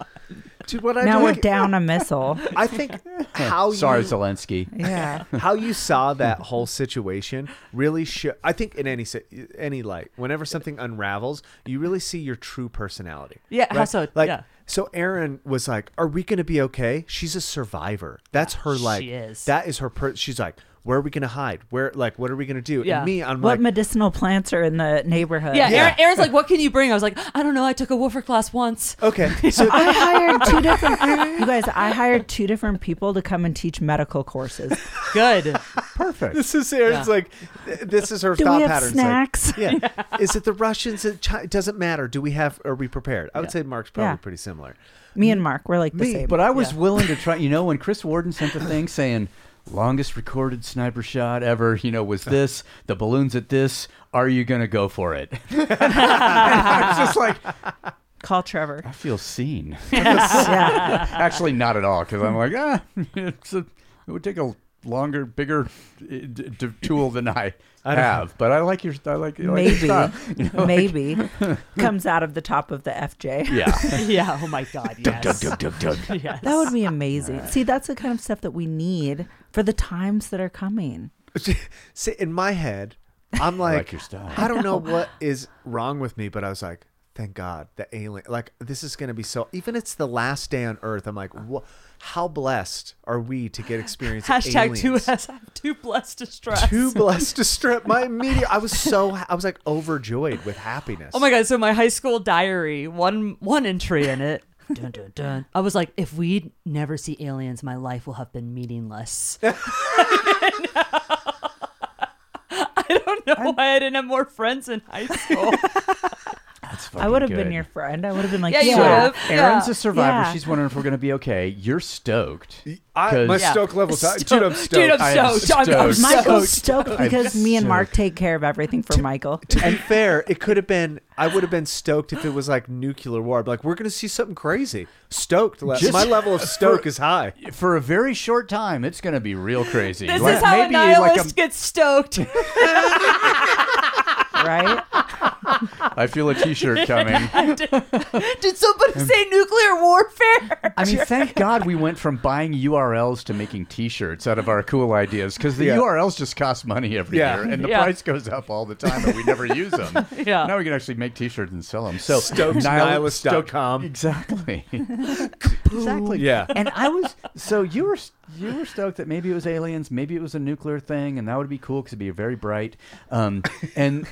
[SPEAKER 4] dude, what I
[SPEAKER 5] Now
[SPEAKER 4] do-
[SPEAKER 5] we're down a missile.
[SPEAKER 4] I think how
[SPEAKER 6] Sorry,
[SPEAKER 4] you,
[SPEAKER 6] Zelensky.
[SPEAKER 5] Yeah.
[SPEAKER 4] how you saw that whole situation really show. I think in any si- any light, whenever something unravels, you really see your true personality.
[SPEAKER 7] Yeah, how
[SPEAKER 4] Right?
[SPEAKER 7] so?
[SPEAKER 4] Like,
[SPEAKER 7] Yeah.
[SPEAKER 4] so Aaron was like, "Are we going to be okay?" She's a survivor. That's her
[SPEAKER 7] she
[SPEAKER 4] like.
[SPEAKER 7] is.
[SPEAKER 4] That is her. Per- she's like, "Where are we going to hide? Where like what are we going to do?"
[SPEAKER 7] Yeah.
[SPEAKER 4] And me, I'm
[SPEAKER 5] What
[SPEAKER 4] like,
[SPEAKER 5] medicinal plants are in the neighborhood?
[SPEAKER 7] Yeah,
[SPEAKER 4] Yeah.
[SPEAKER 7] Aaron, Aaron's like, what can you bring? I was like, I don't know. I took a woofer class once.
[SPEAKER 4] "Okay." So
[SPEAKER 5] I hired two different you guys. I hired two different people to come and teach medical courses.
[SPEAKER 7] Good.
[SPEAKER 6] Perfect.
[SPEAKER 4] This is Aaron's
[SPEAKER 7] Yeah.
[SPEAKER 4] like, th- this is her
[SPEAKER 5] Do
[SPEAKER 4] thought
[SPEAKER 5] we have
[SPEAKER 4] pattern. It's
[SPEAKER 5] snacks?
[SPEAKER 4] Like, yeah. Is it the Russians? It, Chi- it doesn't matter. Do we have? Are we prepared? I would say Mark's probably
[SPEAKER 5] Yeah.
[SPEAKER 4] pretty similar.
[SPEAKER 5] Me and Mark, we're like the
[SPEAKER 4] Me,
[SPEAKER 5] same.
[SPEAKER 6] But I was willing to try. You know, when Chris Warden sent the thing saying longest recorded sniper shot ever, you know, was this the balloons at this? Are you gonna go for it? and I was just like,
[SPEAKER 5] Call Trevor.
[SPEAKER 6] I feel seen.
[SPEAKER 4] Oh,
[SPEAKER 5] yeah.
[SPEAKER 6] Actually, not at all, because I'm like, ah, it's a, it would take a longer, bigger uh, d- d- tool than I, have. But I like your, I like, I like your
[SPEAKER 5] Maybe.
[SPEAKER 6] stuff. You know, like-
[SPEAKER 5] maybe. Comes out of the top of the FJ.
[SPEAKER 6] yeah.
[SPEAKER 7] yeah. Oh my God. Yes.
[SPEAKER 6] Dug, dug, dug, dug.
[SPEAKER 7] Yes.
[SPEAKER 5] That would be amazing. See, that's the kind of stuff that we need for the times that are coming.
[SPEAKER 4] See, in my head, I'm like,
[SPEAKER 6] your style.
[SPEAKER 4] I don't know what is wrong with me, but I was like, thank God the alien. Like this is gonna be so. Even it's the last day on Earth. I'm like, wha How blessed are we to get experience
[SPEAKER 7] Hashtag
[SPEAKER 4] aliens?
[SPEAKER 7] two S. I'm too blessed to stress.
[SPEAKER 4] Too blessed to strip my immediate. I was so. I was like overjoyed with happiness.
[SPEAKER 7] Oh my god! So my high school diary, one one entry in it. dun, dun, dun. I was like, if we never see aliens, my life will have been meaningless. I don't know why I didn't have more friends in high school.
[SPEAKER 5] I would have been your friend. I would have been like,
[SPEAKER 7] Yeah,
[SPEAKER 5] yeah,
[SPEAKER 7] you
[SPEAKER 6] So,
[SPEAKER 7] would've.
[SPEAKER 6] Erin's
[SPEAKER 7] Yeah.
[SPEAKER 6] a survivor.
[SPEAKER 5] Yeah.
[SPEAKER 6] She's wondering if we're going to be okay. You're stoked.
[SPEAKER 4] I, my
[SPEAKER 6] 'Cause-
[SPEAKER 4] stoke level's high. Dude, I'm stoked.
[SPEAKER 7] Dude, I'm
[SPEAKER 6] I am
[SPEAKER 7] stoked. I'm- I'm
[SPEAKER 6] stoked.
[SPEAKER 5] Michael's
[SPEAKER 7] stoked.
[SPEAKER 5] stoked because me and Mark take care of everything for Michael.
[SPEAKER 4] to be fair, it could have been. I would have been stoked if it was like nuclear war. I'd be like, we're gonna see something crazy. Stoked. le-
[SPEAKER 6] Just-
[SPEAKER 4] my level of stoke is high.
[SPEAKER 6] For a very short time, it's going to be real crazy.
[SPEAKER 7] This
[SPEAKER 6] Like,
[SPEAKER 7] is how a
[SPEAKER 6] maybe
[SPEAKER 7] nihilist
[SPEAKER 6] like a-
[SPEAKER 7] gets stoked.
[SPEAKER 5] right?
[SPEAKER 6] I feel a T-shirt coming.
[SPEAKER 7] Did somebody say nuclear warfare?
[SPEAKER 6] I mean, thank God we went from buying URLs to making T-shirts out of our cool ideas because the
[SPEAKER 4] Yeah.
[SPEAKER 6] URLs just cost money every
[SPEAKER 4] Yeah.
[SPEAKER 6] year, and the
[SPEAKER 7] Yeah.
[SPEAKER 6] price goes up all the time, and we never use them.
[SPEAKER 7] Yeah.
[SPEAKER 6] Now we can actually make T-shirts and sell them. So
[SPEAKER 4] Stoked
[SPEAKER 6] nihil-
[SPEAKER 4] nihilist dot
[SPEAKER 6] stoked-
[SPEAKER 4] com.
[SPEAKER 6] Exactly. exactly.
[SPEAKER 4] Yeah.
[SPEAKER 6] And I was so you were you were stoked that maybe it was aliens, maybe it was a nuclear thing, and that would be cool because it'd be very bright. Um, and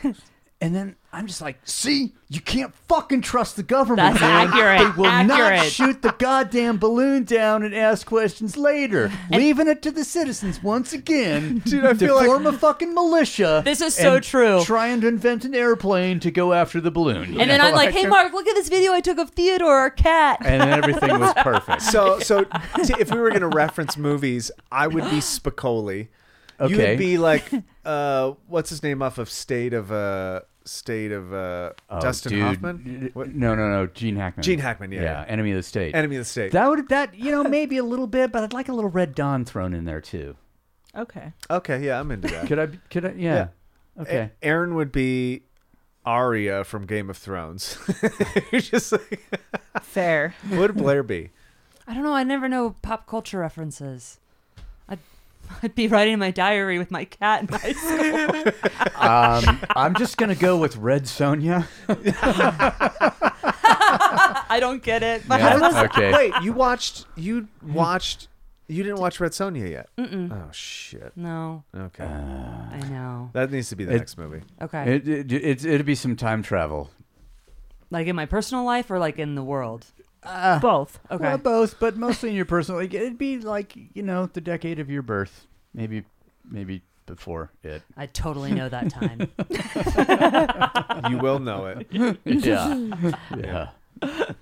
[SPEAKER 6] and then I'm just like, see, you can't fucking trust the government.
[SPEAKER 7] That's
[SPEAKER 6] man.
[SPEAKER 7] accurate,
[SPEAKER 6] They will not
[SPEAKER 7] accurate.
[SPEAKER 6] shoot the goddamn balloon down and ask questions later, leaving it to the citizens once again
[SPEAKER 4] Dude, I
[SPEAKER 6] to
[SPEAKER 4] feel like-
[SPEAKER 6] form a fucking militia.
[SPEAKER 7] This is so
[SPEAKER 6] and
[SPEAKER 7] true.
[SPEAKER 6] Trying to invent an airplane to go after the balloon. you
[SPEAKER 7] And then
[SPEAKER 6] know,
[SPEAKER 7] I'm like, hey, Mark, look at this video I took of Theodore, our cat.
[SPEAKER 6] And then everything was perfect.
[SPEAKER 4] So, so t- if we were gonna reference movies, I would be Spicoli. You
[SPEAKER 6] Okay.
[SPEAKER 4] would be like, uh, what's his name off of State of uh, State of uh,
[SPEAKER 6] Oh,
[SPEAKER 4] Dustin
[SPEAKER 6] dude.
[SPEAKER 4] Hoffman? What?
[SPEAKER 6] No, no, no. Gene Hackman.
[SPEAKER 4] Gene Hackman, yeah, yeah.
[SPEAKER 6] Enemy of the State.
[SPEAKER 4] Enemy of the State.
[SPEAKER 6] That would that you know maybe a little bit, but I'd like a little Red Dawn thrown in there too.
[SPEAKER 5] Okay.
[SPEAKER 4] okay, yeah, I'm into that.
[SPEAKER 6] Could I? Could I? Yeah. Okay.
[SPEAKER 4] A- Aaron would be Arya from Game of Thrones. You're just like,
[SPEAKER 5] Fair.
[SPEAKER 4] what would Blair be?
[SPEAKER 7] I don't know. I never know pop culture references. I'd, I'd be writing my diary with my cat in high school.
[SPEAKER 6] um, I'm just gonna go with Red Sonia.
[SPEAKER 7] I don't get it. But
[SPEAKER 6] Yeah. Okay.
[SPEAKER 4] Wait, you watched? You watched? You didn't watch Red Sonja yet? Oh shit.
[SPEAKER 7] No,
[SPEAKER 4] Okay,
[SPEAKER 7] I know.
[SPEAKER 4] that needs to be the
[SPEAKER 6] it-
[SPEAKER 4] next movie.
[SPEAKER 7] Okay.
[SPEAKER 6] It, it, it, it'd be some time travel.
[SPEAKER 7] like in my personal life or like in the world? Uh,
[SPEAKER 5] Both.
[SPEAKER 7] Okay.
[SPEAKER 6] Well, both, but mostly in your personal. Like, it'd be like you know the decade of your birth, maybe, maybe before it.
[SPEAKER 7] I totally know that time.
[SPEAKER 4] You will know it.
[SPEAKER 6] yeah. Yeah.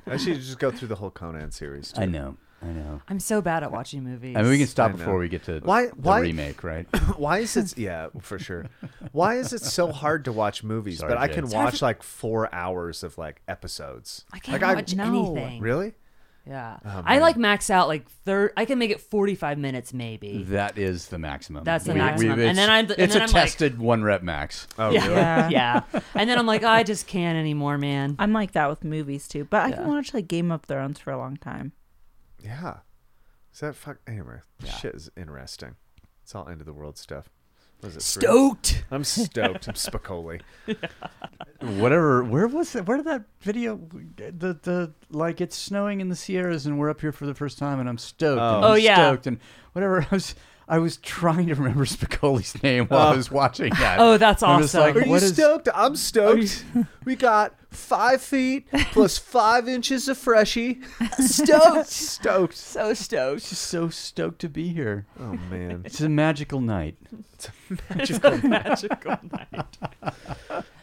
[SPEAKER 4] I should just go through the whole Conan series. Too.
[SPEAKER 6] I know. I know.
[SPEAKER 7] I'm so bad at watching movies.
[SPEAKER 6] I mean, we can stop
[SPEAKER 4] I know.
[SPEAKER 6] before we get to
[SPEAKER 4] Why-
[SPEAKER 6] the
[SPEAKER 4] why-
[SPEAKER 6] remake, right?
[SPEAKER 4] Why is it? Yeah, for sure. Why is it so hard to watch movies?
[SPEAKER 6] Sorry,
[SPEAKER 4] but I
[SPEAKER 6] Jay.
[SPEAKER 4] can
[SPEAKER 6] It's
[SPEAKER 4] watch like four hours of like episodes.
[SPEAKER 7] I can't
[SPEAKER 4] like,
[SPEAKER 7] watch
[SPEAKER 5] no.
[SPEAKER 7] anything.
[SPEAKER 4] Really?
[SPEAKER 7] Yeah.
[SPEAKER 6] Oh,
[SPEAKER 7] I like max out like third. I can make it 45 minutes maybe.
[SPEAKER 6] That is the maximum.
[SPEAKER 7] That's the maximum. And
[SPEAKER 6] it's-
[SPEAKER 7] then I- and
[SPEAKER 6] it's
[SPEAKER 7] then
[SPEAKER 6] a
[SPEAKER 7] I'm like-
[SPEAKER 6] tested one rep max.
[SPEAKER 4] Oh,
[SPEAKER 7] yeah.
[SPEAKER 4] really?
[SPEAKER 7] yeah.
[SPEAKER 5] Yeah.
[SPEAKER 7] And then I'm like, I just can't anymore, man.
[SPEAKER 5] I'm like that with movies too, but I
[SPEAKER 7] Yeah.
[SPEAKER 5] can watch like Game of Thrones for a long time.
[SPEAKER 4] Yeah. Is that fuck? Anyway, shit is interesting. It's all end of the world stuff. What is it? three?
[SPEAKER 7] Stoked.
[SPEAKER 4] I'm stoked. I'm Spicoli.
[SPEAKER 6] Whatever. Where was it? Where did that video? The the like it's snowing in the Sierras and we're up here for the first time and I'm stoked. and
[SPEAKER 7] Oh.
[SPEAKER 6] I'm
[SPEAKER 7] Oh, yeah.
[SPEAKER 6] Stoked and whatever. I was I was trying to remember Spicoli's name while I was watching that.
[SPEAKER 7] Oh, that's
[SPEAKER 6] I'm just
[SPEAKER 7] awesome.
[SPEAKER 6] like,
[SPEAKER 4] Are
[SPEAKER 6] what
[SPEAKER 4] you
[SPEAKER 6] is-
[SPEAKER 4] stoked? I'm stoked. we got five feet plus five inches of freshie. Stoked. stoked.
[SPEAKER 7] So stoked.
[SPEAKER 6] Just so stoked to be here.
[SPEAKER 4] Oh man.
[SPEAKER 6] It's a magical night.
[SPEAKER 7] Magical, magical night.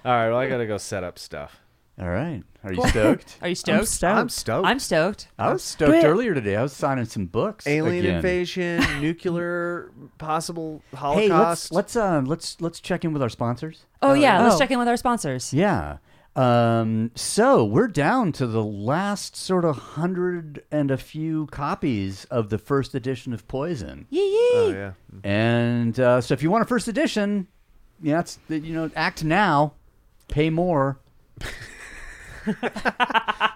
[SPEAKER 4] All right. Well, I gotta go set up stuff.
[SPEAKER 6] All right. Are you stoked?
[SPEAKER 7] Are you stoked?
[SPEAKER 5] I'm stoked.
[SPEAKER 4] I'm stoked.
[SPEAKER 7] I'm stoked.
[SPEAKER 6] I was stoked
[SPEAKER 5] But-
[SPEAKER 6] earlier today. I was signing some books.
[SPEAKER 4] Alien
[SPEAKER 6] again.
[SPEAKER 4] invasion, nuclear possible
[SPEAKER 6] Hey,
[SPEAKER 4] holocaust.
[SPEAKER 6] let's let's uh, let's let's check in with our sponsors.
[SPEAKER 7] Oh yeah, let's
[SPEAKER 5] Oh.
[SPEAKER 7] check in with our sponsors.
[SPEAKER 6] Yeah. Um, so we're down to the last sort of hundred and a few copies of the first edition of Poison.
[SPEAKER 7] Yee yee.
[SPEAKER 4] oh yeah.
[SPEAKER 6] And uh, so if you want a first edition, yeah, that's you know, act now, pay more.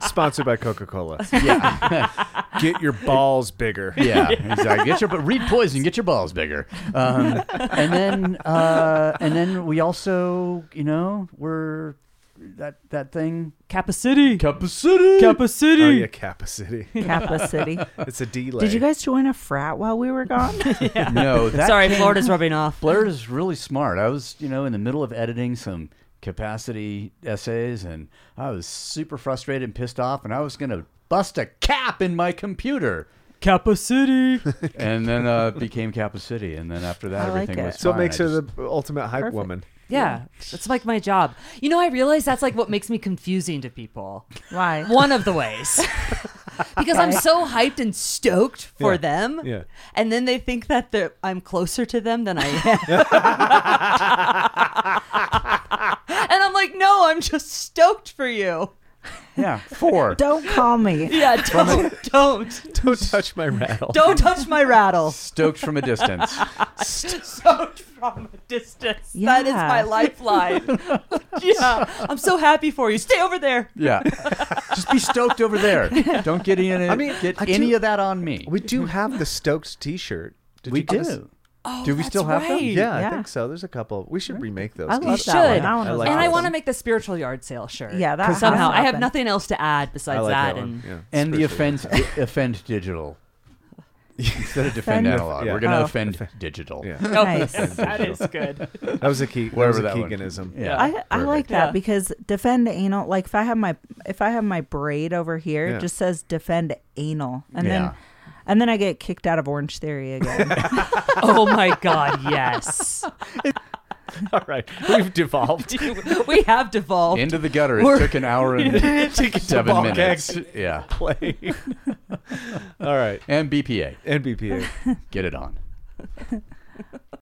[SPEAKER 4] Sponsored by Coca Cola. Yeah. Get your balls bigger.
[SPEAKER 6] Yeah, exactly. Get your but read poison. Get your balls bigger. Um, and then uh, and then we also you know we're that that thing
[SPEAKER 7] Kappa City.
[SPEAKER 6] Kappa City.
[SPEAKER 7] Kappa City.
[SPEAKER 4] Oh yeah, Kappa City.
[SPEAKER 5] Kappa City.
[SPEAKER 4] It's a delay.
[SPEAKER 5] Did you guys join a frat while we were gone?
[SPEAKER 6] No, that
[SPEAKER 7] Sorry,
[SPEAKER 6] came-
[SPEAKER 7] Florida's rubbing off.
[SPEAKER 6] Blair is really smart. I was, you know, in the middle of editing some capacity essays and I was super frustrated and pissed off and I was going to bust a cap in my computer.
[SPEAKER 7] Kappa City.
[SPEAKER 6] And then uh it became Kappa City and then after that
[SPEAKER 5] I like
[SPEAKER 6] everything
[SPEAKER 5] it.
[SPEAKER 6] was
[SPEAKER 4] So it
[SPEAKER 6] fine.
[SPEAKER 4] makes
[SPEAKER 6] I
[SPEAKER 4] her
[SPEAKER 6] just-
[SPEAKER 4] the ultimate hype woman.
[SPEAKER 7] Yeah, that's like my job. You know, I realize that's like what makes me confusing to people.
[SPEAKER 5] Why?
[SPEAKER 7] One of the ways. because I'm so hyped and stoked for
[SPEAKER 4] Yeah.
[SPEAKER 7] them.
[SPEAKER 4] Yeah.
[SPEAKER 7] And then they think that they're, I'm closer to them than I am. and I'm like, no, I'm just stoked for you.
[SPEAKER 6] Yeah, four.
[SPEAKER 5] Don't call me.
[SPEAKER 7] Yeah, don't, don't,
[SPEAKER 4] Don't touch my rattle.
[SPEAKER 7] don't touch my rattle.
[SPEAKER 6] Stoked from a distance.
[SPEAKER 7] Stoked from a distance. That is
[SPEAKER 5] Yeah.
[SPEAKER 7] my lifeline. yeah, I'm so happy for you. Stay over there.
[SPEAKER 6] Yeah. Just be stoked over there. Don't get any
[SPEAKER 4] I mean,
[SPEAKER 6] get
[SPEAKER 4] I
[SPEAKER 6] any
[SPEAKER 4] do-
[SPEAKER 6] of that on me.
[SPEAKER 4] We do have the Stokes T-shirt. Did Oh,
[SPEAKER 6] We
[SPEAKER 4] you guys-
[SPEAKER 6] do. do we still have
[SPEAKER 7] that's
[SPEAKER 6] them?
[SPEAKER 7] right.
[SPEAKER 4] Yeah, I
[SPEAKER 5] Yeah.
[SPEAKER 4] think so. There's a couple. We should remake those.
[SPEAKER 5] I
[SPEAKER 4] T-shirts.
[SPEAKER 7] You
[SPEAKER 5] love that one.
[SPEAKER 7] should.
[SPEAKER 5] That one
[SPEAKER 4] I
[SPEAKER 5] was
[SPEAKER 4] like
[SPEAKER 7] and I
[SPEAKER 4] that
[SPEAKER 7] want to
[SPEAKER 4] one.
[SPEAKER 7] make the spiritual yard sale shirt.
[SPEAKER 5] Yeah, that has to
[SPEAKER 7] somehow I have
[SPEAKER 5] happen.
[SPEAKER 7] nothing else to add
[SPEAKER 4] I
[SPEAKER 7] besides
[SPEAKER 4] like
[SPEAKER 7] that.
[SPEAKER 4] that one.
[SPEAKER 7] and
[SPEAKER 4] Yeah, it's
[SPEAKER 6] and the
[SPEAKER 4] pretty
[SPEAKER 6] offend offend digital instead of defend
[SPEAKER 5] Offend-
[SPEAKER 6] analog.
[SPEAKER 4] Yeah.
[SPEAKER 6] We're gonna
[SPEAKER 5] Oh.
[SPEAKER 6] offend digital.
[SPEAKER 4] cool. Yeah,
[SPEAKER 7] Oh,
[SPEAKER 5] Nice.
[SPEAKER 7] that is good.
[SPEAKER 4] that was a key. That was
[SPEAKER 6] Wherever
[SPEAKER 4] a
[SPEAKER 6] that one-
[SPEAKER 4] Keeganism.
[SPEAKER 6] Yeah.
[SPEAKER 5] I, I like that
[SPEAKER 7] Yeah.
[SPEAKER 5] because defend anal. Like if I have my if I have my braid over here,
[SPEAKER 4] Yeah.
[SPEAKER 5] it just says defend anal, and
[SPEAKER 6] Yeah.
[SPEAKER 5] then and then I get kicked out of Orange Theory again.
[SPEAKER 7] Oh my god, yes.
[SPEAKER 4] All right, we've devolved.
[SPEAKER 7] we have devolved.
[SPEAKER 6] Into the gutter. It
[SPEAKER 7] We're-
[SPEAKER 6] took an hour and seven
[SPEAKER 4] ball
[SPEAKER 6] minutes. Yeah.
[SPEAKER 4] Play. All right,
[SPEAKER 6] And BPA.
[SPEAKER 4] NBPA.
[SPEAKER 6] Get it on.